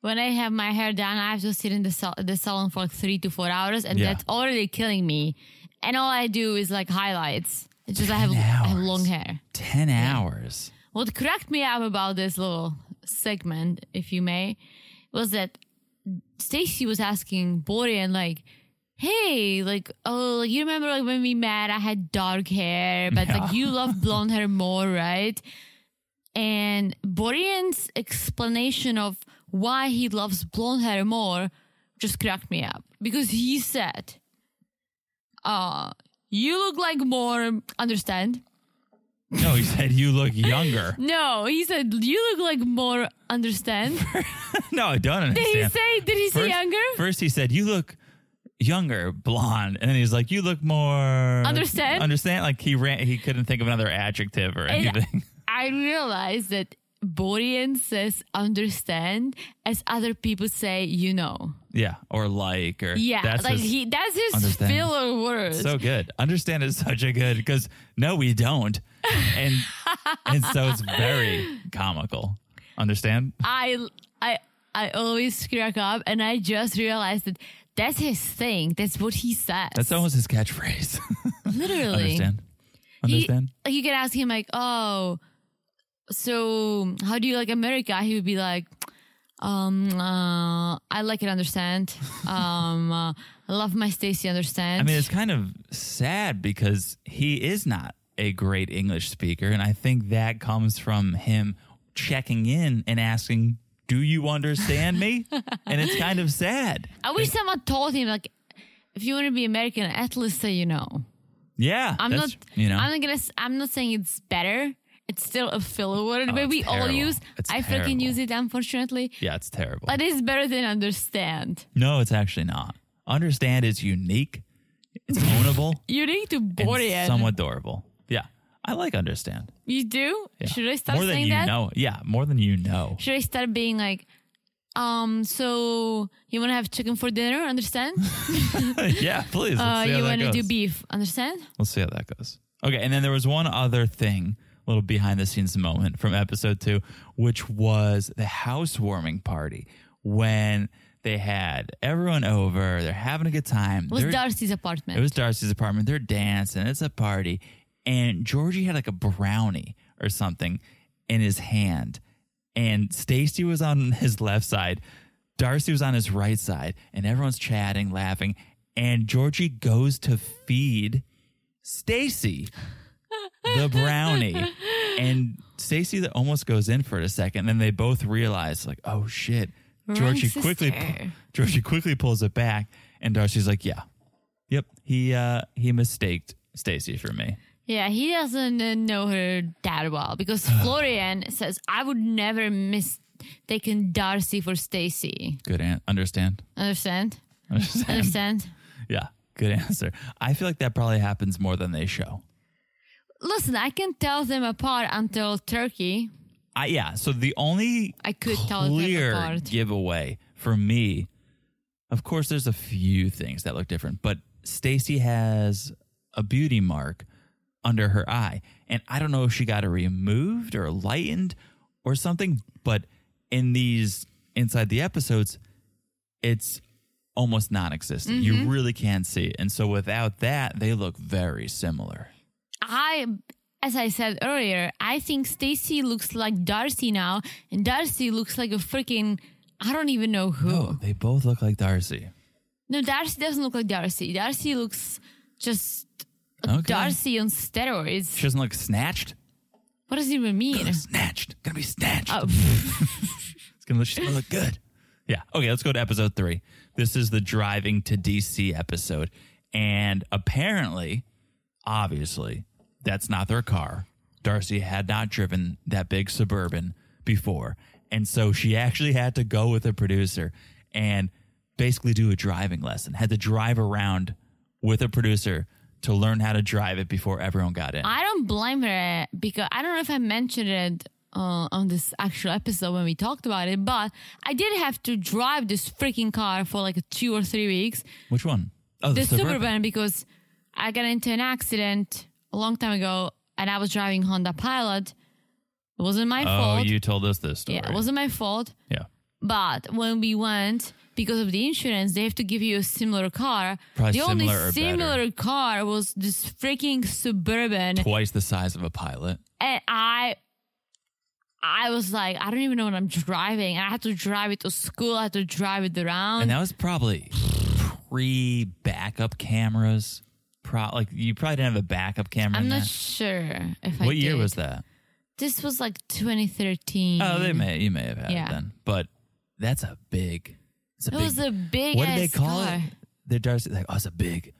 S3: when I have my hair done, I have to sit in the sal- the salon for like three to four hours, and
S2: Yeah.
S3: that's already killing me. And all I do is like highlights. It's just I have, I
S2: 10
S3: have
S2: hours.
S3: long hair.
S2: 10 hours.
S3: What cracked me up about this little segment, if you may, was that Stacy was asking Borean like, "Hey, like, oh, like, you remember like when we met? I had dark hair, but like you love blonde hair more, right?" And Borean's explanation of why he loves blonde hair more just cracked me up because he said, "Uh, you look like more um, understand."
S2: No, he said, you look
S3: [LAUGHS]
S2: younger.
S3: No, he said you look like more
S2: [LAUGHS]
S3: understand.
S2: no, I don't understand.
S3: Did he say? Did he say younger?
S2: First, he said, "You look younger, blonde," and then he's like, "You look more
S3: Understand?
S2: Understand? Like he ran, he couldn't think of another adjective or
S3: And
S2: anything. [LAUGHS]
S3: I realized that Borean says understand as other people say you know.
S2: yeah, or like, or
S3: Yeah,
S2: That's
S3: like
S2: his-
S3: he that's his
S2: understand.
S3: filler word.
S2: so good. Understand is such a good because no, we don't,
S3: [LAUGHS]
S2: and and so it's very comical. Understand?
S3: I I I always crack up, and I just realized that that's his thing. That's what he says.
S2: That's almost his catchphrase. [LAUGHS]
S3: literally.
S2: understand?
S3: He-
S2: Understand?
S3: like, you can ask him like, "Oh, so how do you like America?" He would be like, "Um, uh, I like it. Understand?
S2: [LAUGHS]
S3: Um, uh, I love my Stacy. Understand?
S2: I mean, it's kind of sad because he is not a great English speaker. And I think that comes from him checking in and asking, Do you understand
S3: [LAUGHS]
S2: me? and it's kind of sad.
S3: I wish someone told him like, if you want to be American, at least say you know.
S2: Yeah.
S3: I'm
S2: that's-
S3: not.
S2: you know,
S3: I'm not gonna. s- I'm not saying it's better. It's still a filler word, but
S2: Oh, it's
S3: we all
S2: terrible.
S3: use.
S2: It's
S3: I freaking
S2: terrible.
S3: use it, unfortunately.
S2: yeah, it's terrible.
S3: But it's better than understand.
S2: no, it's actually not. Understand is unique,
S3: [LAUGHS]
S2: it's ownable,
S3: You need to
S2: and
S3: board it.
S2: somewhat adorable. Yeah. I like understand.
S3: You do?
S2: Yeah.
S3: Should I start
S2: more than
S3: saying
S2: you
S3: that?
S2: know? Yeah, more than you know.
S3: Should I start being like, um, so you want to have chicken for dinner?
S2: [LAUGHS]
S3: Understand?
S2: [LAUGHS] yeah, please. Let's see how
S3: Uh, [LAUGHS]
S2: that
S3: you want to do
S2: goes.
S3: beef? Understand?
S2: Let's see how that goes. Okay, and then there was one other thing, a little behind the scenes moment from episode two, which was the housewarming party when they had everyone over. They're having a good time.
S3: It was
S2: They're-
S3: Darcy's apartment.
S2: It was Darcy's apartment. They're dancing. It's a party, and Georgie had like a brownie or something in his hand, and Stacy was on [LAUGHS] his left side. Darcy was on his right side, and everyone's chatting, laughing, and Georgie goes to feed Stacy the brownie. And Stacy that almost goes in for it a second. Then they both realize, like, oh shit.
S3: Right,
S2: Georgie quickly
S3: sister.
S2: Georgie quickly pulls it back and Darcy's like, Yeah. Yep. He uh he mistaked Stacy for me.
S3: yeah, he doesn't uh, know her that well
S2: [SIGHS]
S3: because Florian says, I would never mistaken Darcy for Stacy.
S2: Good an- understand. [LAUGHS]
S3: Understand?
S2: Understand.
S3: Understand?
S2: yeah. Good answer. I feel like that probably happens more than they show.
S3: Listen, I can tell them apart until Turkey.
S2: I yeah. So the only
S3: I could tell them
S2: clear
S3: apart.
S2: giveaway for me, of course, there's a few things that look different, but Stacy has a beauty mark under her eye, and I don't know if she got it removed or lightened or something, but in these inside the episodes, it's almost non-existent.
S3: Mm-hmm.
S2: You really can't see it, and so without that, they look very similar.
S3: I as I said earlier, I think Stacy looks like Darcy now and Darcy looks like a freaking I don't even know who.
S2: Oh, they both look like Darcy.
S3: No, Darcy doesn't look like Darcy. Darcy looks just
S2: Okay.
S3: Darcy on steroids.
S2: She doesn't look snatched.
S3: What does it even mean?
S2: snatched. Gonna be snatched.
S3: Oh,
S2: [LAUGHS] It's gonna look, she's gonna look good. Yeah. Okay, let's go to episode three. This is the driving to DC episode. And apparently, obviously, that's not their car. Darcy had not driven that big suburban before. And so she actually had to go with a producer and basically do a driving lesson, had to drive around with a producer to learn how to drive it before everyone got in.
S3: I don't blame her because I don't know if I mentioned it uh, on this actual episode when we talked about it, but I did have to drive this freaking car for like two or three weeks.
S2: Which one? Oh,
S3: the Suburban because I got into an accident a long time ago and I was driving Honda Pilot. It wasn't my
S2: Oh,
S3: fault.
S2: you told us this story.
S3: yeah, it wasn't my fault.
S2: Yeah.
S3: But when we went, because of the insurance, they have to give you a similar car.
S2: Probably
S3: the only
S2: similar or
S3: similar car was this freaking Suburban,
S2: Twice the size of a pilot.
S3: and I. I was like, I don't even know what I'm driving. And I had to drive it to school. I had to drive it around.
S2: And that was probably pre backup cameras. Pro- like you probably didn't have a backup camera.
S3: I'm
S2: in
S3: not
S2: that.
S3: sure if I
S2: what year
S3: did.
S2: was that?
S3: This was like 2013.
S2: Oh, they may you may have had
S3: Yeah.
S2: it then. But that's a big. It's a
S3: It
S2: big,
S3: was a big
S2: What did they
S3: ass
S2: call
S3: car.
S2: it? They're Darcy like oh it's a big,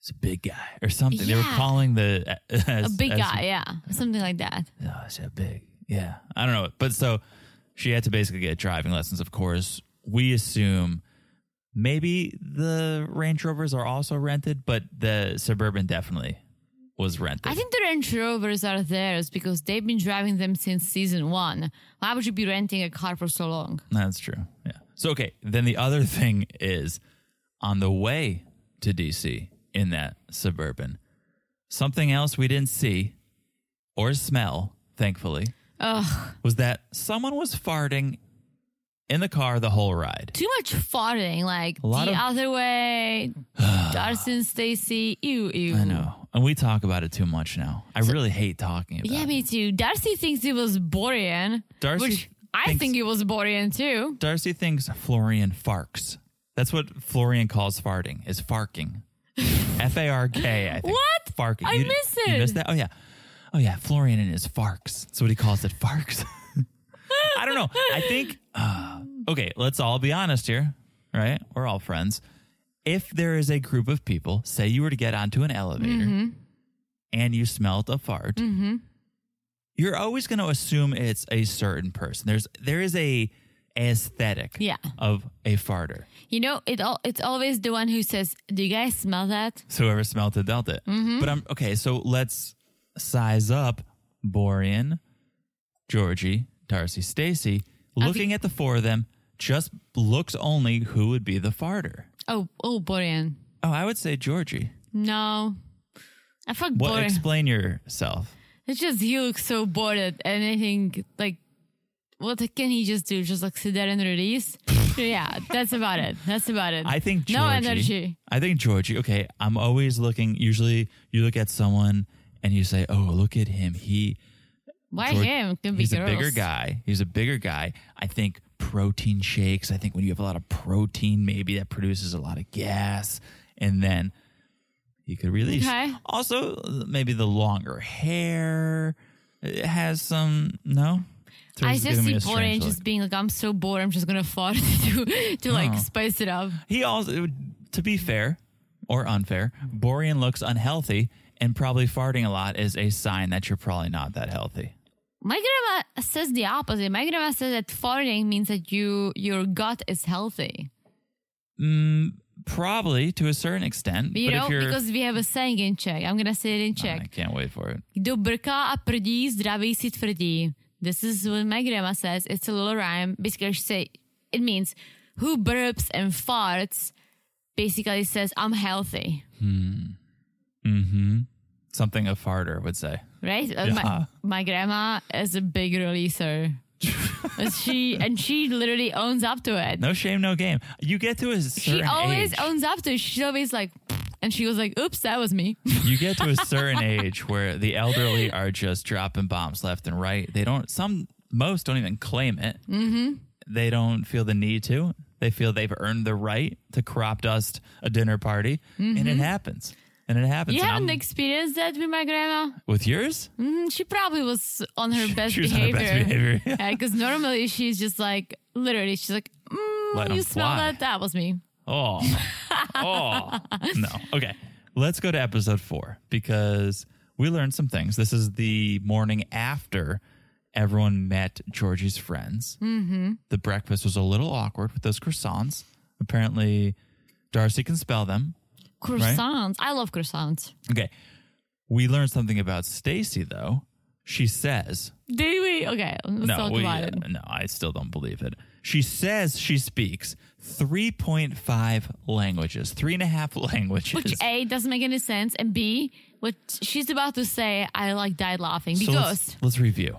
S2: it's a big guy or something. They were
S3: Yeah.
S2: calling the [LAUGHS]
S3: a big guy, yeah, something like that.
S2: Oh, it's that big. Yeah. I don't know. But so she had to basically get driving lessons, of course. We assume maybe the Range Rovers are also rented, but the Suburban definitely was rented.
S3: I think the Range Rovers are theirs because they've been driving them since season one. Why would you be renting a car for so long?
S2: That's true. Yeah. So okay, then the other thing is on the way to DC in that Suburban, something else we didn't see or smell, thankfully,
S3: Ugh,
S2: was that someone was farting in the car the whole ride.
S3: too much farting. Like
S2: A lot
S3: the
S2: of- [SIGHS]
S3: other way, Darcy and Stacy. Ew, ew.
S2: I know. And we talk about it too much now. I really hate talking about
S3: Yeah,
S2: it.
S3: me too. Darcy thinks it was Borean,
S2: Darcy
S3: which I
S2: thinks-
S3: think it was Borean too.
S2: Darcy thinks Florian farks. That's what Florian calls farting, is
S3: [LAUGHS]
S2: farking. F A R K, I think.
S3: What?
S2: Farking.
S3: I
S2: You-
S3: miss
S2: You
S3: it.
S2: missed that? Oh, yeah. Oh, yeah. Florian and his farks. That's what he calls it, farks. [LAUGHS] I don't know. I think, uh, okay, let's all be honest here, right? We're all friends. If there is a group of people, say you were to get onto an elevator and you smelled a fart, you're always going to assume it's a certain person. There's there is a aesthetic
S3: Yeah.
S2: of a farter.
S3: You know, it all, it's always the one who says, "Do you guys smell that?"
S2: So whoever smelled it dealt it. But I'm okay. So let's size up Borean, Georgie, Darcy, Stacy. Looking at the four of them, just looks only who would be the farter.
S3: Oh, oh, Borean.
S2: Oh, I would say Georgie.
S3: No. I fuck
S2: What?
S3: bored.
S2: Explain yourself.
S3: it's just he looks so bored at anything. Like, what can he just do? Just like sit there and
S2: [LAUGHS]
S3: release? So, yeah, that's about it. That's about it.
S2: I think Georgie,
S3: no energy.
S2: I think Georgie. Okay, I'm always looking. Usually, you look at someone and you say, "Oh, look at him. He
S3: Why
S2: Georg-
S3: him? Can be
S2: he's
S3: girls.
S2: a bigger guy. He's a bigger guy. I think protein shakes. I think when you have a lot of protein, maybe that produces a lot of gas, and then you could release.
S3: Okay.
S2: Also, maybe the longer hair it has some no.
S3: I
S2: Thor's
S3: just
S2: giving me
S3: see
S2: a
S3: bored
S2: strange
S3: and
S2: look.
S3: just being like, I'm so bored. I'm just gonna fart [LAUGHS] to to like
S2: Oh.
S3: spice it up.
S2: He also, to be fair or unfair, Borean looks unhealthy, and probably farting a lot is a sign that you're probably not that healthy.
S3: My grandma says the opposite. My grandma says that farting means that you your gut is healthy.
S2: Mm, probably to a certain extent.
S3: You
S2: but
S3: know,
S2: if you're, Oh,
S3: because we have a saying in Czech. I'm gonna say it in Czech.
S2: I can't wait for it.
S3: Do brka a prdí, zdraví si tvrdí. This is what my grandma says. It's a little rhyme. Basically, she say it means who burps and farts. Basically, says I'm healthy,
S2: Mm-hmm. Something a farter would say.
S3: right? Uh,
S2: Yeah.
S3: My, my grandma is a big releaser. And she and she literally owns up to it.
S2: No shame, no game. You get to a certain
S3: she always
S2: age.
S3: owns up to it. She's always like, and she was like, "Oops, that was me."
S2: you get to a certain age where the elderly are just dropping bombs left and right. They don't. Some most don't even claim it. Mm-hmm. They don't feel the need to. They feel they've earned the right to crop dust a dinner party, and it happens. And it happens.
S3: Mm-hmm. You
S2: And
S3: haven't
S2: I'm-
S3: experienced that with my grandma.
S2: with yours.
S3: Mm, She probably was on her best
S2: she was on her
S3: behavior.
S2: best
S3: [LAUGHS]
S2: behavior.
S3: because normally she's just like, literally, she's like, mm,
S2: Let 'em
S3: you smell
S2: fly."
S3: that? That was me.
S2: Oh,
S3: [LAUGHS]
S2: oh, no. Okay, let's go to episode four because we learned some things. This is the morning after everyone met Georgie's friends. Mm-hmm. The breakfast was a little awkward with those croissants. Apparently, Darcy can spell them.
S3: Croissants. I love croissants.
S2: Okay, we learned something about Stacy though. She says,
S3: Did we? Okay, let's talk
S2: we- uh,
S3: about it.
S2: no, I still don't believe it. She says she speaks 3.5 languages, three and a half [LAUGHS] languages.
S3: Which A doesn't make any sense, and B, what she's about to say, I like died laughing
S2: So
S3: because
S2: let's, let's review.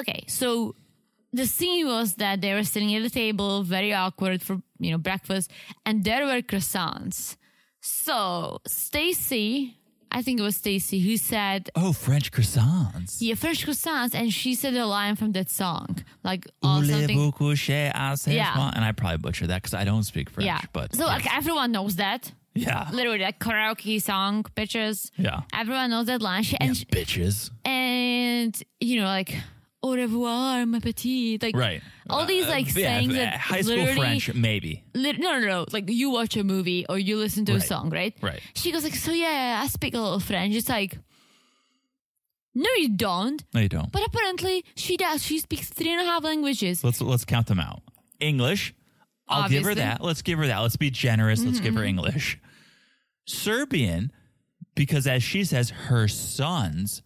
S3: okay, so the scene was that they were sitting at a table, very awkward for you know breakfast, and there were croissants. So Stacy, I think it was Stacy, who said,
S2: Oh, French croissants.
S3: "Yeah, French croissants," and she said a line from that song, like or something.
S2: Voulez-vous coucher à ce
S3: Yeah.
S2: soir? And I probably butcher that because I don't speak French.
S3: Yeah,
S2: But
S3: so like everyone knows that.
S2: yeah.
S3: Literally, like karaoke song, bitches.
S2: Yeah.
S3: everyone knows that line. She,
S2: Yeah,
S3: and she-
S2: bitches.
S3: and you know like au revoir ma petite like
S2: Right. Uh,
S3: all these like
S2: Yeah,
S3: sayings that
S2: high school
S3: literally-
S2: French, maybe.
S3: lit- no, no, no. Like you watch a movie or you listen to a
S2: Right.
S3: song, right?
S2: Right.
S3: She goes like, so yeah, I speak a little French. It's like, no, you don't.
S2: No, you don't.
S3: But apparently she does. She speaks three and a half languages.
S2: let's let's count them out. English. I'll give her
S3: Obviously. Mm-hmm.
S2: that. Let's give her that. Let's be generous. Let's give her English. Serbian, because as she says, her sons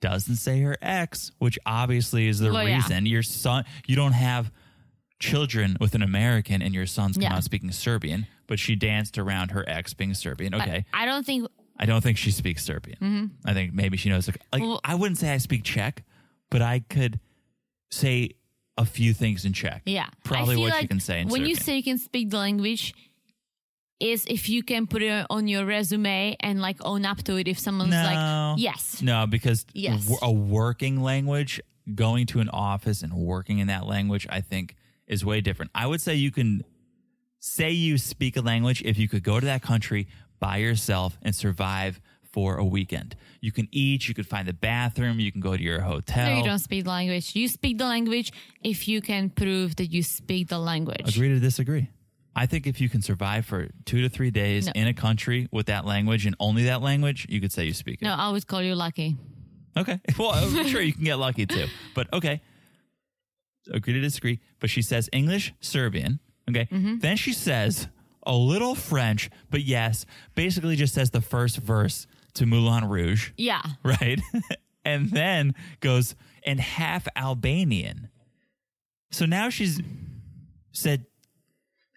S2: doesn't say her ex, which obviously is the
S3: Mm-hmm. Well, yeah.
S2: reason your son. You don't have children with an American, and your sons come
S3: Yeah.
S2: out speaking Serbian. But she danced around her ex being Serbian.
S3: But
S2: Okay,
S3: I don't think.
S2: I don't think she speaks Serbian. I think maybe she knows. Like,
S3: Mm-hmm. Well-
S2: I wouldn't say I speak Czech, but I could say a few things in Czech.
S3: Yeah.
S2: probably
S3: I feel
S2: what
S3: like
S2: you can say in
S3: when you
S2: Serbian.
S3: say you can speak the language. Is if you can put it on your resume and like own up to it if someone's
S2: No.
S3: like, yes,
S2: no, because
S3: Yes.
S2: w- a working language, going to an office and working in that language, I think is way different. I would say you can say you speak a language if you could go to that country by yourself and survive for a weekend. You can eat, you could find the bathroom, you can go to your hotel.
S3: No, you don't speak the language. You speak the language if you can prove that you speak the language.
S2: Agree to disagree. I think if you can survive for two to three days
S3: No.
S2: in a country with that language and only that language, you could say you speak it.
S3: No, I would call you lucky.
S2: Okay. [LAUGHS] Well, I'm sure you can get lucky too, but okay. Agree to disagree. But she says English, Serbian. Okay. Then she says a little French, but yes, basically just says the first verse to Moulin Rouge,
S3: Yeah.
S2: [LAUGHS] right? and then goes and half Albanian. So now she's said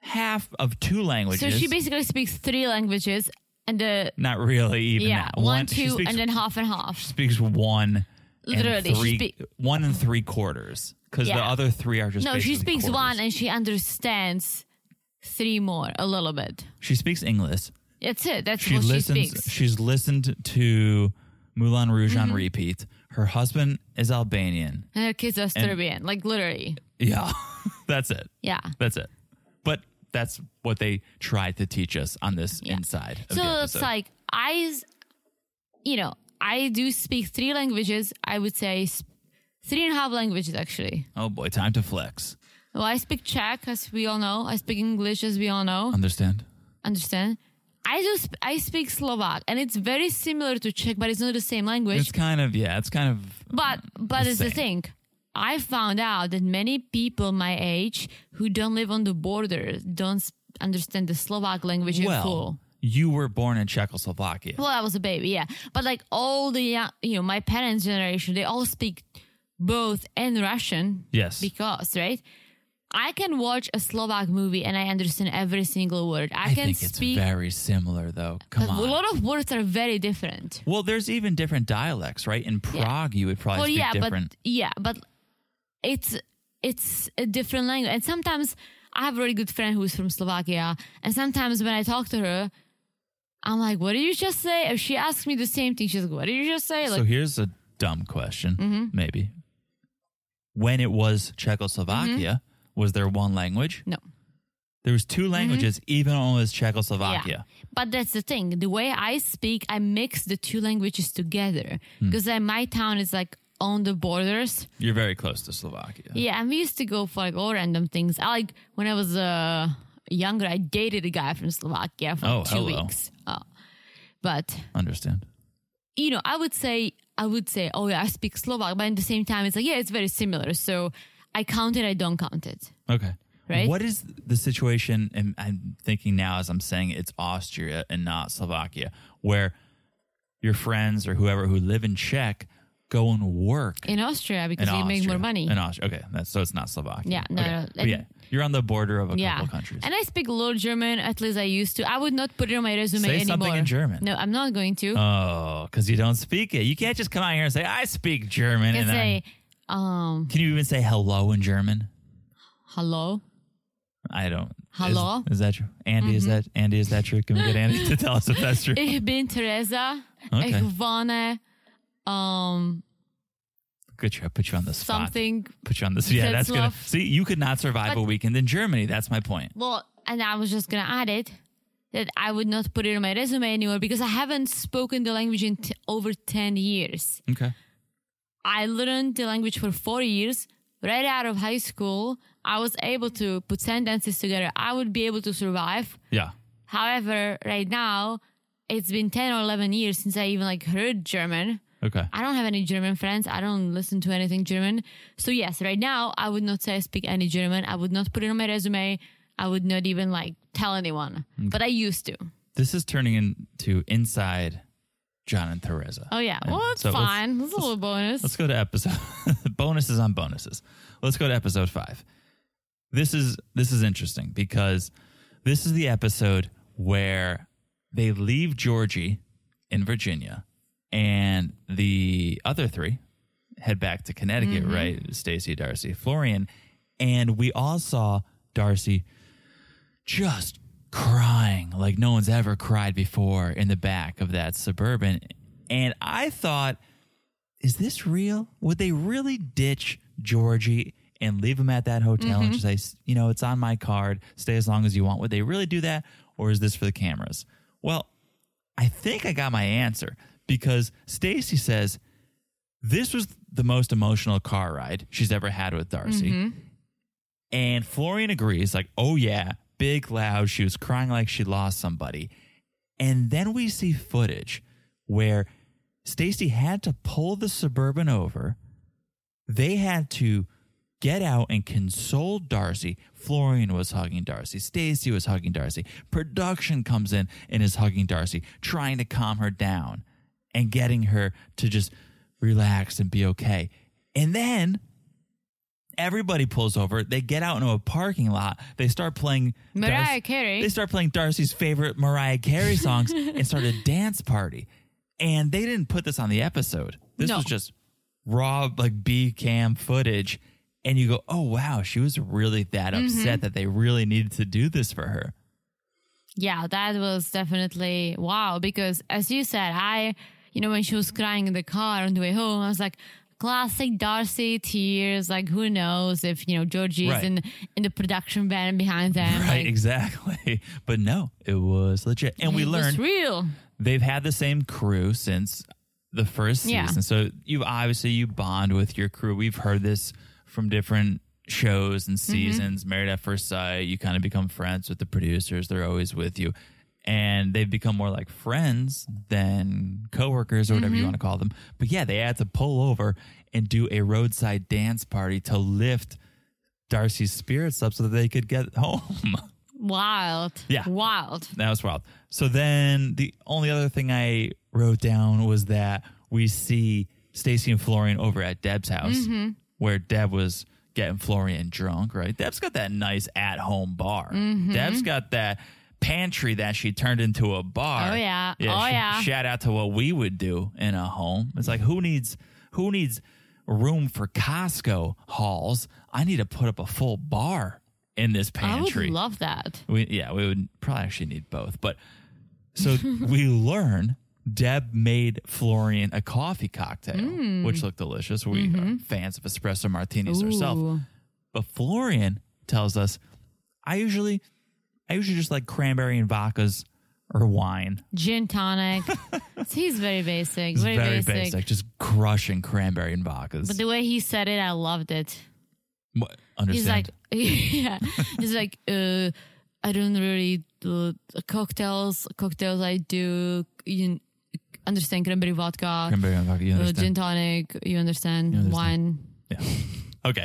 S2: half of two languages.
S3: So she basically speaks three languages and the
S2: Not really even.
S3: yeah
S2: that.
S3: one,
S2: she
S3: two,
S2: speaks,
S3: and then half and half.
S2: speaks one.
S3: Literally,
S2: and
S3: she
S2: three,
S3: speak-
S2: one and three quarters, because the
S3: Yeah.
S2: other three are just
S3: No, she
S2: basically
S3: speaks
S2: quarters.
S3: one and she understands three more a little bit.
S2: She speaks English.
S3: That's it. That's
S2: She
S3: what
S2: listens.
S3: she speaks. Mm-hmm.
S2: She's listened to Moulin Rouge on repeat. Her husband is
S3: [LAUGHS]
S2: Albanian.
S3: and her kids are Serbian, like literally.
S2: Yeah, [LAUGHS] that's it.
S3: Yeah.
S2: That's it. But that's what they tried to teach us on this inside. Of
S3: So
S2: the
S3: it's
S2: episode.
S3: like I, s- you know, I do speak three languages. I would say sp- three and a half languages actually.
S2: oh boy, time to flex.
S3: Well, I speak Czech, as we all know. I speak English, as we all know.
S2: Understand?
S3: Understand? I do. Sp- I speak Slovak, and it's very similar to Czech, but it's not the same language.
S2: It's kind of yeah. It's kind of
S3: But but
S2: the
S3: it's the thing. I found out that many people my age who don't live on the border don't s- understand the Slovak language in
S2: well.
S3: full.
S2: You were born in Czechoslovakia.
S3: Well, I was a baby, yeah. But like all the young, you know, my parents' generation, they all speak both and Russian.
S2: Yes.
S3: Because right, I can watch a Slovak movie and I understand every single word. I,
S2: I
S3: can
S2: think it's
S3: speak.
S2: very similar though. Come
S3: but a
S2: on.
S3: lot of words are very different.
S2: well, there's even different dialects, right? In Prague, you would probably
S3: well,
S2: speak
S3: yeah,
S2: different.
S3: but yeah, but it's it's a different language. And sometimes I have a really good friend who's from Slovakia, and sometimes when I talk to her, I'm like, "What did you just say?" Or she asks me the same thing. She's like, "What did you just say?"
S2: so
S3: Like,
S2: here's a dumb question,
S3: Mm-hmm.
S2: maybe. When it was Czechoslovakia, was there one language?
S3: Mm-hmm. no, Mm-hmm.
S2: There was two languages, even when it was Czechoslovakia.
S3: But that's the thing. The way I speak, I mix the two languages together
S2: Hmm.
S3: because my town is like on the borders.
S2: You're very close to Slovakia.
S3: Yeah, and we used to go for like all random things. I like when I was uh, younger, I dated a guy from Slovakia for
S2: Oh,
S3: two
S2: hello.
S3: weeks. Oh. But
S2: Understand.
S3: you know, I would say I would say, oh yeah, I speak Slovak, but at the same time, it's like yeah, it's very similar. So I count it, I don't count it.
S2: Okay.
S3: Right?
S2: What is the situation? And I'm thinking now as I'm saying it's Austria and not Slovakia, where your friends or whoever who live in Czech go and work
S3: In Austria, because
S2: in
S3: you make
S2: Austria.
S3: more money.
S2: In Austria. Okay. That's, so it's not Slovakia.
S3: Yeah, no,
S2: Okay.
S3: no,
S2: But yeah.
S3: and-
S2: You're on the border of a
S3: yeah,
S2: couple countries.
S3: and I speak a little German. At least I used to. I would not put it on my resume
S2: Say
S3: anymore.
S2: something in German.
S3: No, I'm not going to.
S2: Oh, because you don't speak it. You can't just come out here and say, I speak German.
S3: I
S2: and
S3: can
S2: then-
S3: say, um,
S2: can you even say hello in German?
S3: hello.
S2: I don't. is-
S3: Hello? Mm-hmm.
S2: Is, that true? Andy, is that Andy? Is that true? Can we get Andy to tell us if that's
S3: [LAUGHS]
S2: true?
S3: Ich bin Teresa.
S2: Okay.
S3: Ich wohne. Um,
S2: Good job. Put you on the spot.
S3: something.
S2: Put you on this. Yeah, that's gonna.
S3: Tetzlaff.
S2: See, you could not survive a
S3: But-
S2: weekend in Germany. That's my point.
S3: Well, and I was just gonna add it that I would not put it on my resume anymore because I haven't spoken the language in t- over ten years.
S2: Okay.
S3: I learned the language for four years. Right out of high school, I was able to put sentences together. I would be able to survive.
S2: Yeah.
S3: However, right now, it's been 10 or 11 years since I even like heard German.
S2: Okay.
S3: I don't have any German friends. I don't listen to anything German. So yes, right now I would not say I speak any German. I would not put it on my resume. I would not even like tell anyone.
S2: Mm.
S3: But I used to.
S2: This is turning into inside John and Theresa.
S3: Oh yeah.
S2: And
S3: Well, it's
S2: so let's-
S3: fine. It's a little bonus.
S2: Let's go to episode [LAUGHS] bonuses on bonuses. Let's go to episode five. This is this is interesting because this is the episode where they leave Georgie in Virginia and the other three head back to Connecticut, right? Stacy, Darcy, Florian. And we all saw Darcy just crying like no one's ever cried before in the back of that suburban. And I thought is this real? Would they really ditch Georgie and leave him at that hotel and just say, you know, it's on my card, stay as long as you want? Would they really do that? Or is this for the cameras? Well, I think I got my answer because Stacy says this was the most emotional car ride she's ever had with Darcy. And Florian agrees, like, oh yeah, big loud. She was crying like she lost somebody. And then we see footage where Stacy had to pull the suburban over. They had to get out and console Darcy. Florian was hugging Darcy. Stacy was hugging Darcy. Production comes in and is hugging Darcy, trying to calm her down and getting her to just relax and be okay. And then Everybody pulls over. They get out into a parking lot. They start playing
S3: Mariah Carey.
S2: They start playing Darcy's favorite Mariah Carey
S3: [LAUGHS]
S2: songs and start a dance party. And they didn't put this on the episode. This
S3: No.
S2: was just raw like B cam footage. And you go, oh wow, she was really that
S3: Mm-hmm.
S2: upset that they really needed to do this for her.
S3: Yeah, that was definitely wow. Because as you said, I, you know, when she was crying in the car on the way home, I was like, classic Darcy tears. Like, who knows if you know Georgie's
S2: Right.
S3: in in the production band behind them?
S2: Right,
S3: like,
S2: exactly. [LAUGHS] But no, it was legit. And we
S3: it was
S2: learned
S3: real.
S2: they've had the same crew since the first
S3: Yeah.
S2: season. So you've obviously you bond with your crew. We've heard this from different shows and seasons. Married at First Sight, you kind of become friends with the producers. They're always with you. And they've become more like friends than coworkers or whatever you want to call them. But yeah, they had to pull over and do a roadside dance party to lift Darcy's spirits up so that they could get [LAUGHS] home.
S3: Wild.
S2: Yeah.
S3: Wild.
S2: That was wild. So then the only other thing I wrote down was that we see Stacy and Florian over at Deb's house
S3: Mm-hmm.
S2: where Deb was getting Florian drunk, right? Deb's got that nice at home bar.
S3: Mm-hmm.
S2: Deb's got that pantry that she turned into a bar.
S3: Oh, yeah.
S2: sh-
S3: Oh, yeah.
S2: Shout out to what we would do in a home. It's like who needs who needs room for Costco halls? I need to put up a full bar in this pantry.
S3: I would love that.
S2: We yeah, we would probably actually need both. But so [LAUGHS] we learn Deb made Florian a coffee cocktail, which looked delicious. We are fans of espresso martinis ourselves.
S3: Mm. Mm-hmm. Ooh.
S2: But Florian tells us, I usually I usually just like cranberry and vodkas or wine. [LAUGHS]
S3: Gin tonic. He's very basic.
S2: It's very,
S3: Very,
S2: basic. Just crushing cranberry and vodkas.
S3: But the way he said it, I loved it.
S2: What- understand?
S3: He's like, [LAUGHS] yeah. He's like, uh, I don't really do cocktails. Cocktails I do. You understand cranberry vodka,
S2: cranberry and vodka, you
S3: uh, gin
S2: understand?
S3: tonic. You understand,
S2: understand.
S3: wine.
S2: yeah.
S3: [LAUGHS]
S2: Okay.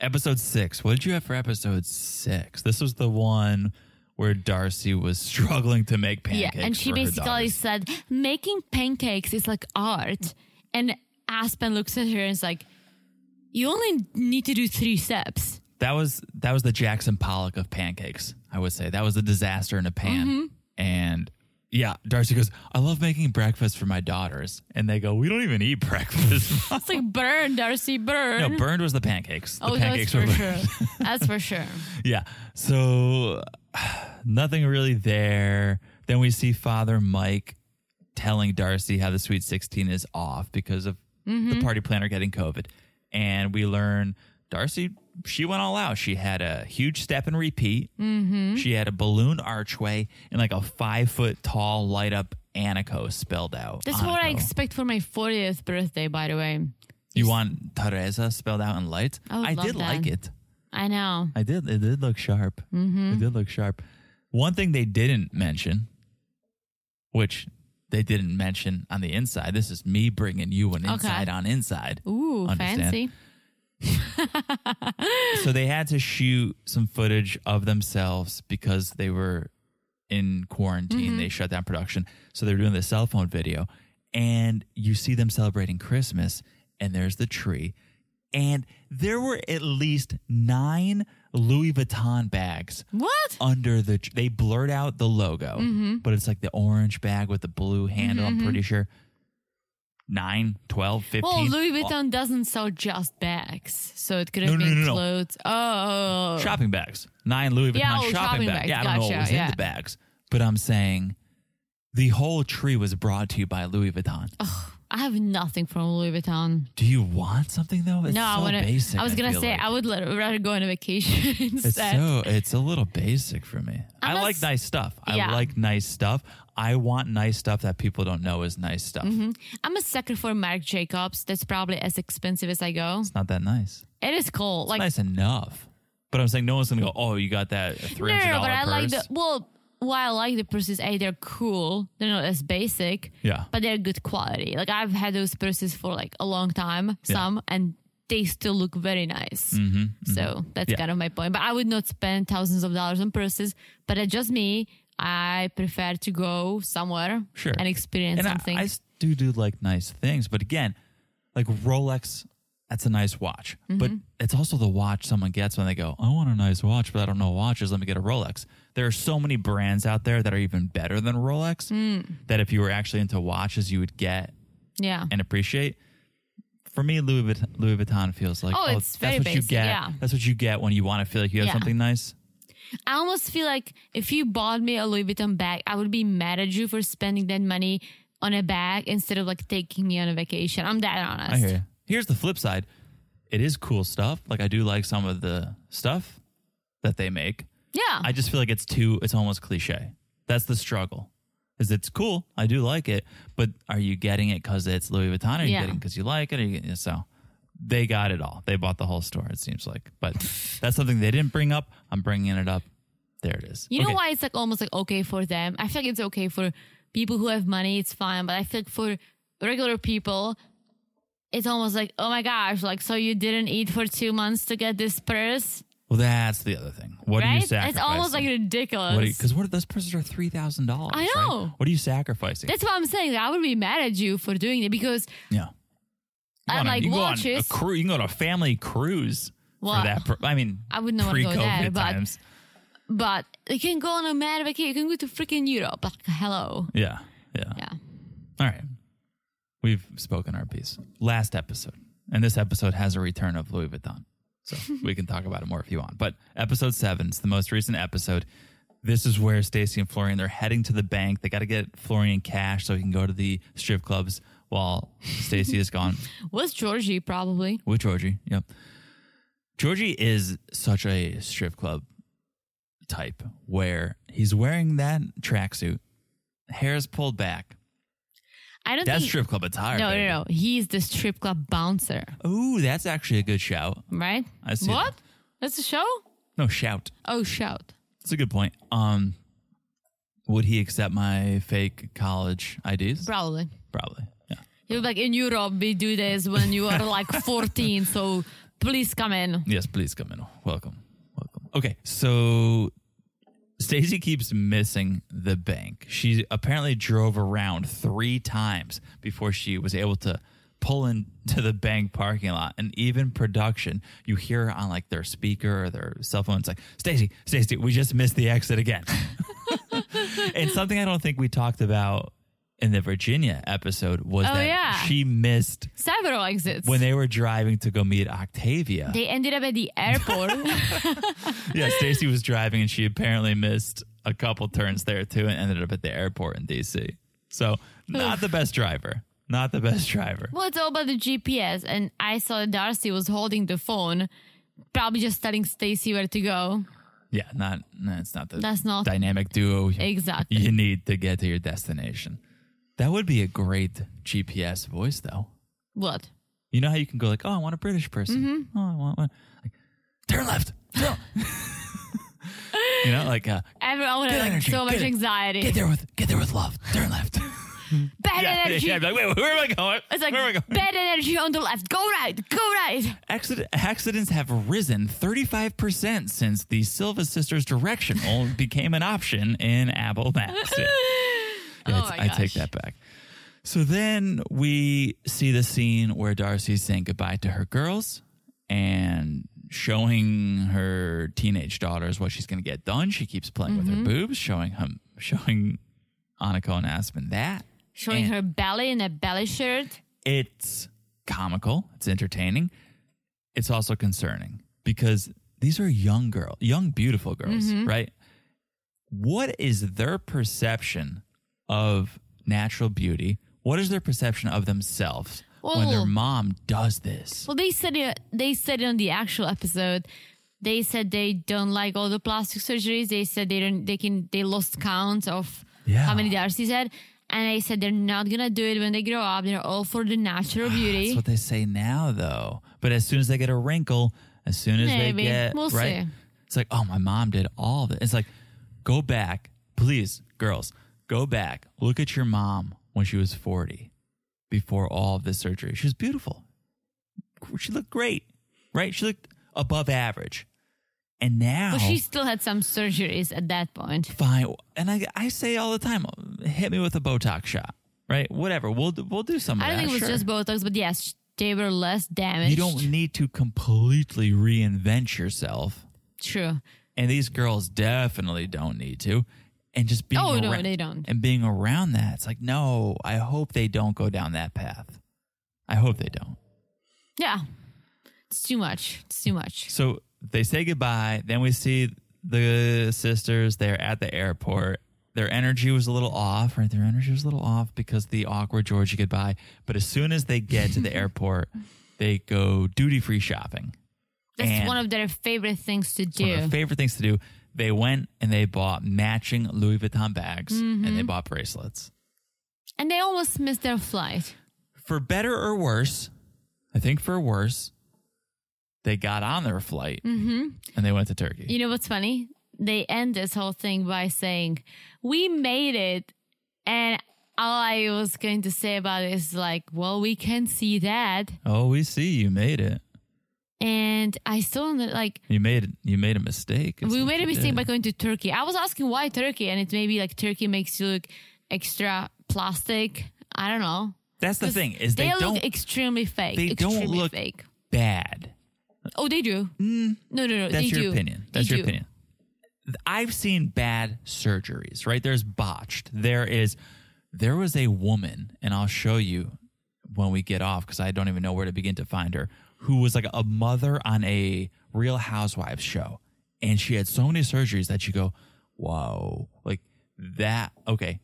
S2: episode six. What did you have for episode six? This was the one where Darcy was struggling to make pancakes.
S3: yeah, and
S2: for
S3: she
S2: her
S3: basically
S2: daughters.
S3: said making pancakes is like art. And Aspen looks at her and is like, "You only need to do three steps."
S2: that was that was the Jackson Pollock of pancakes. I would say that was a disaster in a pan.
S3: Mm-hmm.
S2: And yeah, Darcy goes, "I love making breakfast for my daughters," and they go, "We don't even eat breakfast." [LAUGHS]
S3: It's like burn, Darcy, burn.
S2: no, burned was the pancakes. The
S3: oh, that's
S2: pancakes
S3: for
S2: were
S3: sure. That's
S2: [LAUGHS]
S3: for sure.
S2: Yeah. So [SIGHS] nothing really there. Then we see Father Mike telling Darcy how the Sweet 16 is off because of
S3: Mm-hmm.
S2: the party planner getting COVID. And we learn Darcy, she went all out. She had a huge step and repeat.
S3: Mm-hmm.
S2: She had a balloon archway and like a five foot tall light up Anico spelled out.
S3: That's what I
S2: Anico.
S3: expect for my 40th birthday, by the way.
S2: You want Teresa spelled out in light?
S3: I would love
S2: did
S3: that.
S2: like it.
S3: I know.
S2: I did. It did look sharp.
S3: Mm-hmm.
S2: It did look sharp. One thing they didn't mention, which they didn't mention on the inside. This is me bringing you an
S3: Okay.
S2: inside on inside.
S3: Ooh,
S2: Understand.
S3: fancy.
S2: So they had to shoot some footage of themselves because they were in
S3: Mm-hmm.
S2: quarantine. They shut down production. So they're doing the cell phone video. And you see them celebrating Christmas, and there's the tree. And there were at least nine Louis Vuitton bags
S3: What?
S2: under the tr- they blurred out the logo,
S3: Mm-hmm.
S2: but it's like the orange bag with the blue handle. I'm pretty sure. 9, 12, 15.
S3: Well, Oh, Louis Vuitton doesn't sell just bags, so it could have
S2: No, no,
S3: been
S2: no, no.
S3: clothes. Oh, Oh, oh.
S2: shopping bags. Nine Louis Vuitton
S3: Yeah, oh,
S2: shopping,
S3: shopping
S2: bags.
S3: bags.
S2: Yeah, I don't know what
S3: Gotcha,
S2: was in
S3: yeah.
S2: the bags, but I'm saying the whole tree was brought to you by Louis Vuitton.
S3: Oh. I have nothing from Louis Vuitton.
S2: Do you want something though? Oh, It's
S3: no, I
S2: so
S3: want to.
S2: basic.
S3: I was gonna
S2: feel
S3: say
S2: like.
S3: I would let, rather go on a vacation [LAUGHS]
S2: It's
S3: instead.
S2: so it's a little basic for me. i
S3: I'm a
S2: like
S3: s-
S2: nice stuff. I
S3: Yeah.
S2: like nice stuff. I want nice stuff that people don't know is nice stuff.
S3: I'm a sucker for Marc Jacobs. That's probably as expensive as I go.
S2: It's not that nice.
S3: It is cool. Like
S2: nice enough. But I'm saying no one's gonna go. Oh, you got that three
S3: no,
S2: hundred
S3: no, no,
S2: dollar
S3: but I
S2: purse.
S3: like the well. Why I like the purses, a they're cool. They're not as basic.
S2: Yeah.
S3: but they're good quality. Like I've had those purses for like a long time, some, and they still look very nice. So that's
S2: Mm-hmm, Yeah.
S3: kind of my point. But I would not spend thousands of dollars on purses. But that's just me. I prefer to go somewhere
S2: Sure.
S3: and experience
S2: and I-
S3: something.
S2: I, s- do do like nice things, but again, like Rolex that's a nice watch.
S3: Mm-hmm.
S2: But it's also the watch someone gets when they go, I want a nice watch, but I don't know watches. Let me get a Rolex. There are so many brands out there that are even better than Rolex
S3: Hmm.
S2: that if you were actually into watches, you would get
S3: Yeah.
S2: and appreciate. For me, Louis Vuitton, Louis Vuitton feels like
S3: Oh,
S2: that's
S3: it's very
S2: what you
S3: basic,
S2: get.
S3: yeah.
S2: That's what you get when you want to feel like you have
S3: Yeah.
S2: something nice.
S3: I almost feel like if you bought me a Louis Vuitton bag, I would be mad at you for spending that money on a bag instead of like taking me on a vacation. I'm that honest.
S2: I hear you. Here's the flip side. It is cool stuff. Like I do like some of the stuff that they make.
S3: Yeah.
S2: I just feel like it's too. It's almost cliche. That's the struggle. Is it's cool. I do like it, but are you getting it because it's Louis Vuitton? Are you
S3: Yeah.
S2: getting because you like it? Are you getting, so they got it all. They bought the whole store. It seems like,
S3: [LAUGHS]
S2: but that's something they didn't bring up. I'm bringing it up. There it is.
S3: You
S2: Okay.
S3: know why it's like almost like okay for them? I feel like it's okay for people who have money, it's fine. But I feel like for regular people, it's almost like, oh my gosh, like so you didn't eat for two months to get this purse,
S2: Well, that's the other thing. What are you
S3: right?
S2: sacrificing?
S3: It's almost like ridiculous.
S2: because what, are those purses are three thousand dollars.
S3: I know.
S2: What are you sacrificing?
S3: That's what I'm saying. I would be mad at you for doing it because
S2: yeah. You
S3: I
S2: go on a-
S3: like
S2: you Go on a
S3: watches.
S2: cru- you can go on a family cruise
S3: Well,
S2: for that. pr- I mean,
S3: I wouldn't wanna go
S2: pre-COVID
S3: there, but-
S2: times.
S3: But you can go on a mad vacation. You can go to freaking Europe. Like, hello.
S2: Yeah, yeah.
S3: Yeah.
S2: All right. We've spoken our piece. Last episode. And this episode has a return of Louis Vuitton.
S3: [LAUGHS]
S2: So we can talk about it more if you want. But episode seven's the most recent episode. This is where Stacy and Florian they're heading to the bank. They got to get Florian cash so he can go to the strip clubs while Stacy is
S3: [LAUGHS]
S2: gone
S3: Was Georgie probably?
S2: with Georgie. Yep. Georgie is such a strip club type where he's wearing that tracksuit, hair's pulled back.
S3: I don't
S2: That's
S3: think.
S2: strip club attire.
S3: No,
S2: baby.
S3: no, no. He's the strip club bouncer,
S2: Ooh, that's actually a good shout.
S3: right?
S2: I see
S3: What? That's a show?
S2: No, shout.
S3: Oh, shout.
S2: That's a good point. Um, would he accept my fake college IDs?
S3: Probably.
S2: Probably. Yeah.
S3: He was like, in Europe, we do this when you are
S2: [LAUGHS]
S3: like 14. So please come in.
S2: Yes, please come in. Welcome. Welcome. Okay, so Stacy keeps missing the bank. She apparently drove around three times before she was able to pull into the bank parking lot. And even production, you hear on like their speaker or their cell phone, it's like, Stacy, Stacy, we just missed the exit again. [LAUGHS] and something I don't think we talked about in the Virginia episode was
S3: Oh,
S2: that
S3: yeah.
S2: she missed
S3: Several exits.
S2: when they were driving to go meet Octavia.
S3: they ended up
S2: [LAUGHS]
S3: at the airport.
S2: yeah, Stacy was driving and she apparently missed a couple turns there too and ended up at the airport in DC. So, not the best driver. Not the best driver.
S3: Well, it's all about the GPS, and I saw Darcy was holding the phone, probably just telling Stacy where to go.
S2: Yeah, not no, it's not the
S3: That's not-
S2: dynamic duo you-
S3: Exactly.
S2: you need to get to your destination. That would be a great GPS voice though.
S3: What?
S2: You know how you can go like, "Oh, I want a British person.
S3: Mm-hmm.
S2: Oh, I want one." Like, turn left. Turn. [LAUGHS] you know, like uh,
S3: Everyone
S2: Good
S3: had like
S2: energy,
S3: so much
S2: good-
S3: anxiety.
S2: get there with get there with love. Turn left.
S3: Bad
S2: yeah,
S3: energy.
S2: yeah, like, wait, where am I going?
S3: It's like
S2: where am I going?
S3: bad energy on the left. Go right. Go right.
S2: Accident, accidents have risen 35% since the Silva sisters
S3: [LAUGHS]
S2: directional became an option in Apple Maps. Yeah. Yeah,
S3: Oh
S2: I-
S3: my
S2: I take
S3: gosh.
S2: that back. So then we see the scene where Darcy's saying goodbye to her girls and showing her teenage daughters what she's going to get done. She keeps playing with
S3: Mm-hmm.
S2: her boobs, showing him, showing Annika and Aspen that.
S3: Showing
S2: And-
S3: her belly in a belly shirt.
S2: it's comical, it's entertaining, it's also concerning because these are young girl, young beautiful girls, right? What is their perception of natural beauty? What is their perception of themselves when their
S3: Well-
S2: mom does this?
S3: Well, they said it. They said it on the actual episode. They said they don't like all the plastic surgeries. They said they don't. They can. They lost count of
S2: Yeah.
S3: how many Darcy's had. And they said they're not gonna do it when they grow up. They're all for the natural beauty.
S2: Ah, That's what they say now, though. But as soon as they get a wrinkle, as soon as
S3: Maybe.
S2: they get
S3: We'll
S2: right,
S3: see.
S2: it's like, oh, my mom did all this. It's like, go back, please, girls, go back. Look at your mom when she was forty, before all of this surgery. She was beautiful. She looked great, right? She looked above average, and now
S3: But she still had some surgeries at that point.
S2: fine. And I, I say all the time, hit me with a Botox shot, right? Whatever. We'll do- we'll do some.
S3: I
S2: of
S3: don't
S2: that,
S3: think it was
S2: sure.
S3: just Botox, but yes, they were less damaged.
S2: You don't need to completely reinvent yourself.
S3: True.
S2: And these girls definitely don't need to. And just being
S3: Oh, no,
S2: arou-
S3: they don't.
S2: And being around that, it's like, no, I hope they don't go down that path. I hope they don't.
S3: Yeah. It's too much. It's too much.
S2: So they say goodbye. Then we see the sisters. They're at the airport. Their energy was a little off, right? Their energy was a little off because the awkward Georgie goodbye. But as soon as they get
S3: [LAUGHS]
S2: to the airport, they go duty free shopping.
S3: That's
S2: And-
S3: one of their favorite things to
S2: It's one of
S3: do.
S2: their favorite things to do. They went and they bought matching Louis Vuitton bags and
S3: Mm-hmm.
S2: they bought bracelets.
S3: and they almost missed their flight.
S2: For better or worse, I think for worse, they got on their flight and they went to Turkey.
S3: Mm-hmm. You know what's funny? They end this whole thing by saying, "We made it," and all I was going to say about it is like, "Well, we can see that,"
S2: oh, we see you made it.
S3: and I still don't- like.
S2: You made you made a mistake. is
S3: we
S2: what
S3: made a
S2: you
S3: mistake
S2: did.
S3: by going to Turkey. I was asking why Turkey, and it's maybe like Turkey makes you look extra plastic. I don't know.
S2: That's the
S3: 'Cause
S2: thing is they,
S3: they,
S2: don't
S3: look extremely fake.
S2: they don't
S3: extremely
S2: look-
S3: fake.
S2: bad.
S3: Oh, they do. no, no, no.
S2: That's
S3: they
S2: your
S3: do.
S2: opinion.
S3: They
S2: That's your
S3: do.
S2: opinion. I've seen bad surgeries. Right there's botched. There is there was a woman, and I'll show you when we get off because I don't even know where to begin to find her. Who was like a mother on a Real Housewives show, and she had so many surgeries that you go, whoa, like that. Okay,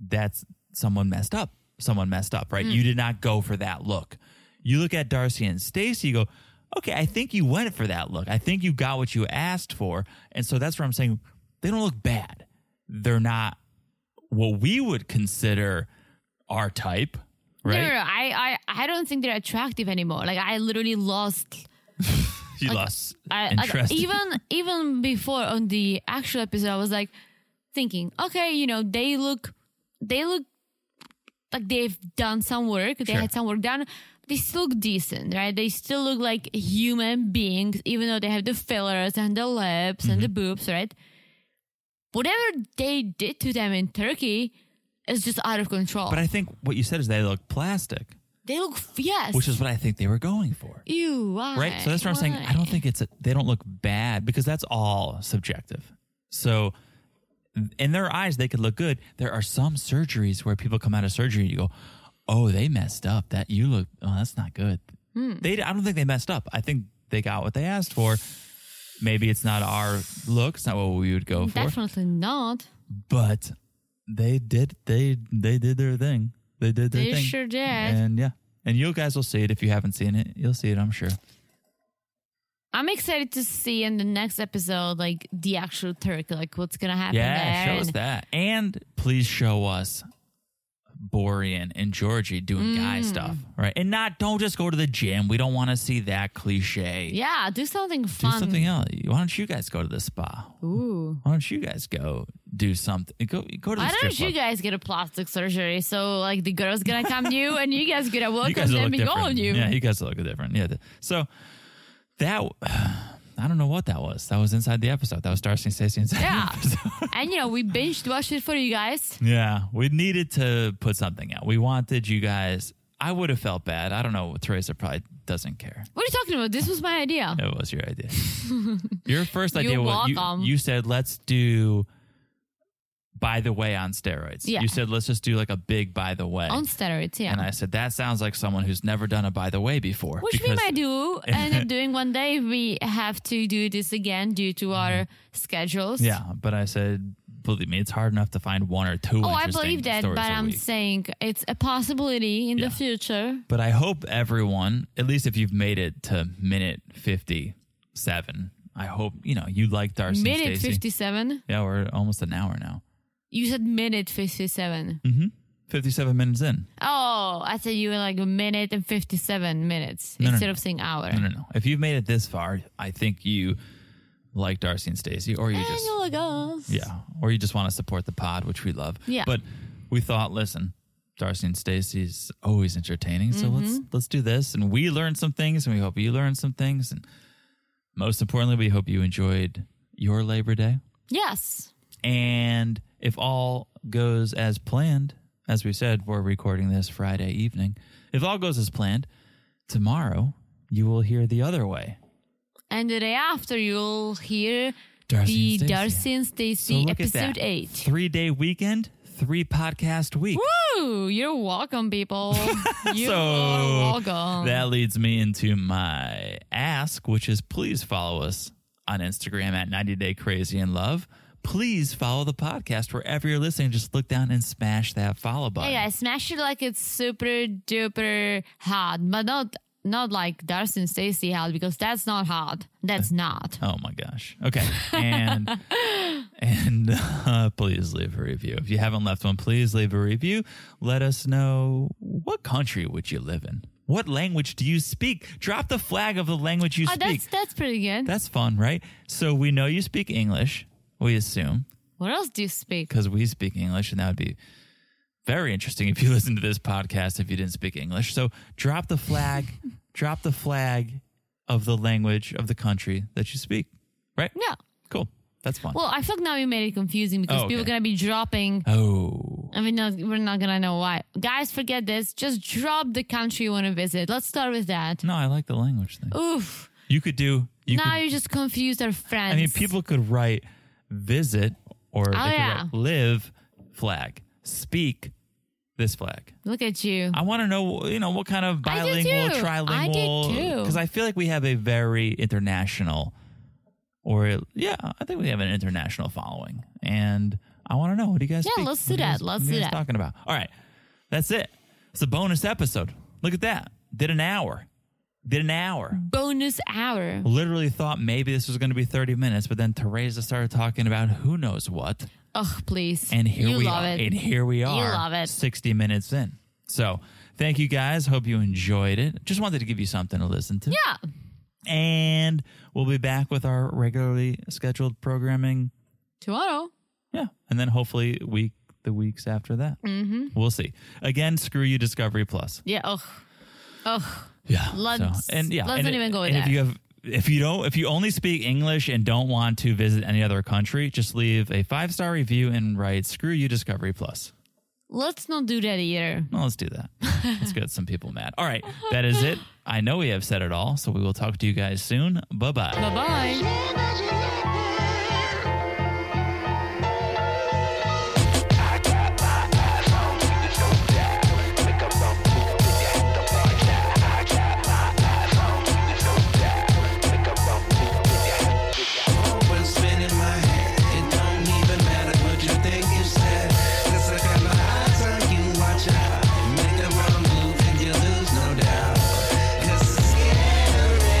S2: that's someone messed up. Someone messed up,
S3: Hmm.
S2: right? You did not go for that look. You look at Darcy and Stacy, you go, okay, I think you went for that look. I think you got what you asked for. And so that's where I'm saying they don't look bad. They're not what we would consider our type, right?
S3: No, no, no. I, I, I don't think they're attractive anymore. Like I literally lost.
S2: You lost
S3: I, like,
S2: interest.
S3: even even before on the actual episode, I was like thinking, okay, you know, they look, they look like they've done some work. They
S2: Sure.
S3: had some work done. They still look decent, right? They still look like human beings, even though they have the fillers and the lips and the
S2: Mm-hmm.
S3: boobs, right? Whatever they did to them in Turkey is just out of control.
S2: but I think what you said is they look plastic,
S3: they look yes,
S2: which is what I think they were going for.
S3: Ew, why?
S2: right? So that's what I'm saying. I
S3: Why?
S2: don't think it's a, they don't look bad because that's all subjective. So in their eyes, they could look good. There are some surgeries where people come out of surgery and you go, "Oh, they messed up. That you look. Oh, that's not good."
S3: Hmm.
S2: They, I don't think they messed up. I think they got what they asked for. Maybe it's not our look. It's not what we would go for.
S3: Definitely not.
S2: But they did. They they did their thing. They did their
S3: They
S2: thing.
S3: sure did.
S2: And yeah. And you guys will see it if you haven't seen it. You'll see it, I'm sure.
S3: I'm excited to see in the next episode, like the actual turkey, like what's gonna happen.
S2: Yeah,
S3: there
S2: show us
S3: and-
S2: that. And please show us Borean and Georgie doing
S3: Mm.
S2: guy stuff, right? And not don't just go to the gym. We don't want to see that cliche.
S3: Yeah, do something
S2: do
S3: fun.
S2: something else. Why don't you guys go to the spa?
S3: Ooh.
S2: Why don't you guys go do something? Go go to the
S3: Why
S2: strip
S3: don't you
S2: club.
S3: guys get a plastic surgery? So like the girl's gonna come
S2: [LAUGHS]
S3: to you, and you guys gonna
S2: You
S3: walk
S2: guys
S3: on
S2: will
S3: them
S2: look
S3: and go
S2: different.
S3: on you.
S2: Yeah, you guys will look different. Yeah. So that [SIGHS] I don't know what that was. That was inside the episode. That was Darcy and Stacey inside [LAUGHS]
S3: [LAUGHS] Yeah.
S2: the episode.
S3: and you know we binge watched it for you guys.
S2: Yeah, we needed to put something out. We wanted you guys. I would have felt bad. I don't know. Teresa probably doesn't care.
S3: What are you talking about? This was my idea.
S2: It was your
S3: [LAUGHS]
S2: idea. your first idea
S3: You're
S2: was you,
S3: welcome.
S2: you said let's do. By the way, on steroids.
S3: Yeah.
S2: You said let's just do like a big by the way.
S3: On steroids, yeah.
S2: and I said that sounds like someone who's never done a by the way before.
S3: Which we
S2: because-
S3: might do
S2: [LAUGHS]
S3: end up doing one day. if We have to do this again due to our schedules.
S2: Mm-hmm. Yeah, but I said believe me, it's hard enough to find one or two.
S3: Oh, I
S2: interesting
S3: believe that,
S2: stories
S3: but
S2: a
S3: I'm
S2: week.
S3: saying it's a possibility in
S2: Yeah.
S3: the future.
S2: But I hope everyone, at least if you've made it to minute 57, I hope, you know, you like Darcy and
S3: minute
S2: Stacey.
S3: 57.
S2: Yeah, we're almost an hour now.
S3: You said minute 57.
S2: Mm. 57 minutes in.
S3: Oh, I said you were like a minute and 57 minutes
S2: No, no,
S3: instead
S2: no.
S3: of saying hour.
S2: No, no, no. If you've made it this far, I think you like Darcy and Stacey or you
S3: And
S2: just
S3: you like us.
S2: Yeah, or you just want to support the pod, which we love.
S3: Yeah.
S2: But we thought, listen, Darcy and Stacy's always entertaining, so let's
S3: Mm-hmm.
S2: let's do this, and we learned some things, and we hope you learned some things, and most importantly, we hope you enjoyed your Labor Day,
S3: Yes.
S2: and if all goes as planned, as we said, we're recording this Friday evening. If all goes as planned, Tomorrow, you will hear the other way.
S3: And the day after, you'll hear
S2: Darcy
S3: the
S2: and Stacey.
S3: Darcy and
S2: So
S3: Stacy
S2: look at
S3: episode
S2: that.
S3: 8.
S2: Three day weekend, three podcast week.
S3: Woo! You're welcome,
S2: [LAUGHS]
S3: people. you
S2: so
S3: are welcome.
S2: that leads me into my ask, which is please follow us on Instagram at 90 Day Crazy in Love. Please follow the podcast wherever you're listening. Just look down and smash that follow button.
S3: Hey guys, smash it like it's super duper hot, but not not like Darcy and Stacy hot because that's not hot. That's not.
S2: Oh my gosh. Okay. And
S3: [LAUGHS]
S2: and uh, please leave a review. If you haven't left one, please leave a review. Let us know what country would you live in? What language do you speak? Drop the flag of the language you
S3: Oh,
S2: speak.
S3: that's that's pretty good.
S2: That's fun, right? So we know you speak English, we assume,
S3: what else do you speak?
S2: because we speak English, and that would be very interesting if you [LAUGHS] listen to this podcast if you didn't speak English. So drop the flag,
S3: [LAUGHS]
S2: drop the flag of the language of the country that you speak, right?
S3: Yeah.
S2: Cool. That's fun.
S3: Well, I feel like now you made it confusing because
S2: Oh,
S3: people are
S2: okay.
S3: gonna be dropping.
S2: oh.
S3: I mean, no, we're not gonna know why. Guys, forget this. Just drop the country you want to visit. Let's start with that.
S2: No, I like the language thing.
S3: Oof.
S2: You could do Mm. you
S3: now
S2: could,
S3: you just confused our friends.
S2: I mean people could write visit or they could
S3: Oh, yeah.
S2: write live flag. Speak this flag.
S3: Look at you.
S2: I want to know, you know, what kind of
S3: I do
S2: bilingual,
S3: too. I do
S2: trilingual,
S3: too.
S2: because I feel like we have a very international, or yeah, I think we have an international following, and I want to know what do you guys?
S3: Yeah,
S2: speak?
S3: let's
S2: What
S3: do
S2: you
S3: that.
S2: guys-
S3: Let's
S2: what you
S3: do
S2: guys
S3: that.
S2: Talking about. All right, that's it. It's a bonus episode. Look at that. Did an hour. Did an hour.
S3: Bonus hour.
S2: Literally thought maybe this was going to be thirty minutes, but then Teresa started talking about who knows what.
S3: Oh, please.
S2: And here
S3: you
S2: we
S3: love
S2: are.
S3: it.
S2: And here we are.
S3: love it.
S2: 60 minutes in. So thank you guys. Hope you enjoyed it. Just wanted to give you something to listen to.
S3: yeah.
S2: And we'll be back with our regularly scheduled programming.
S3: Tomorrow.
S2: Yeah. And then hopefully week the weeks after that. Mm-hmm. We'll see. Again, screw you, Discovery Plus.
S3: Yeah. Ugh. Ugh.
S2: Yeah.
S3: Let's-
S2: and yeah.
S3: let's
S2: and
S3: not even go
S2: and
S3: there.
S2: If you have if you don't if you only speak English and don't want to visit any other country, just leave a five star review and write screw you Discovery Plus.
S3: Let's not do that either.
S2: Well, let's do that. let's get some people mad. All right, that is it. I know we have said it all, so we will talk to you guys soon. Bye bye.
S3: Bye bye.
S4: Open spin in my head. It don't even matter what you think you said. 'Cause I got my eyes on you, watch out. Make a wrong move and you lose, no doubt. 'Cause it's scary.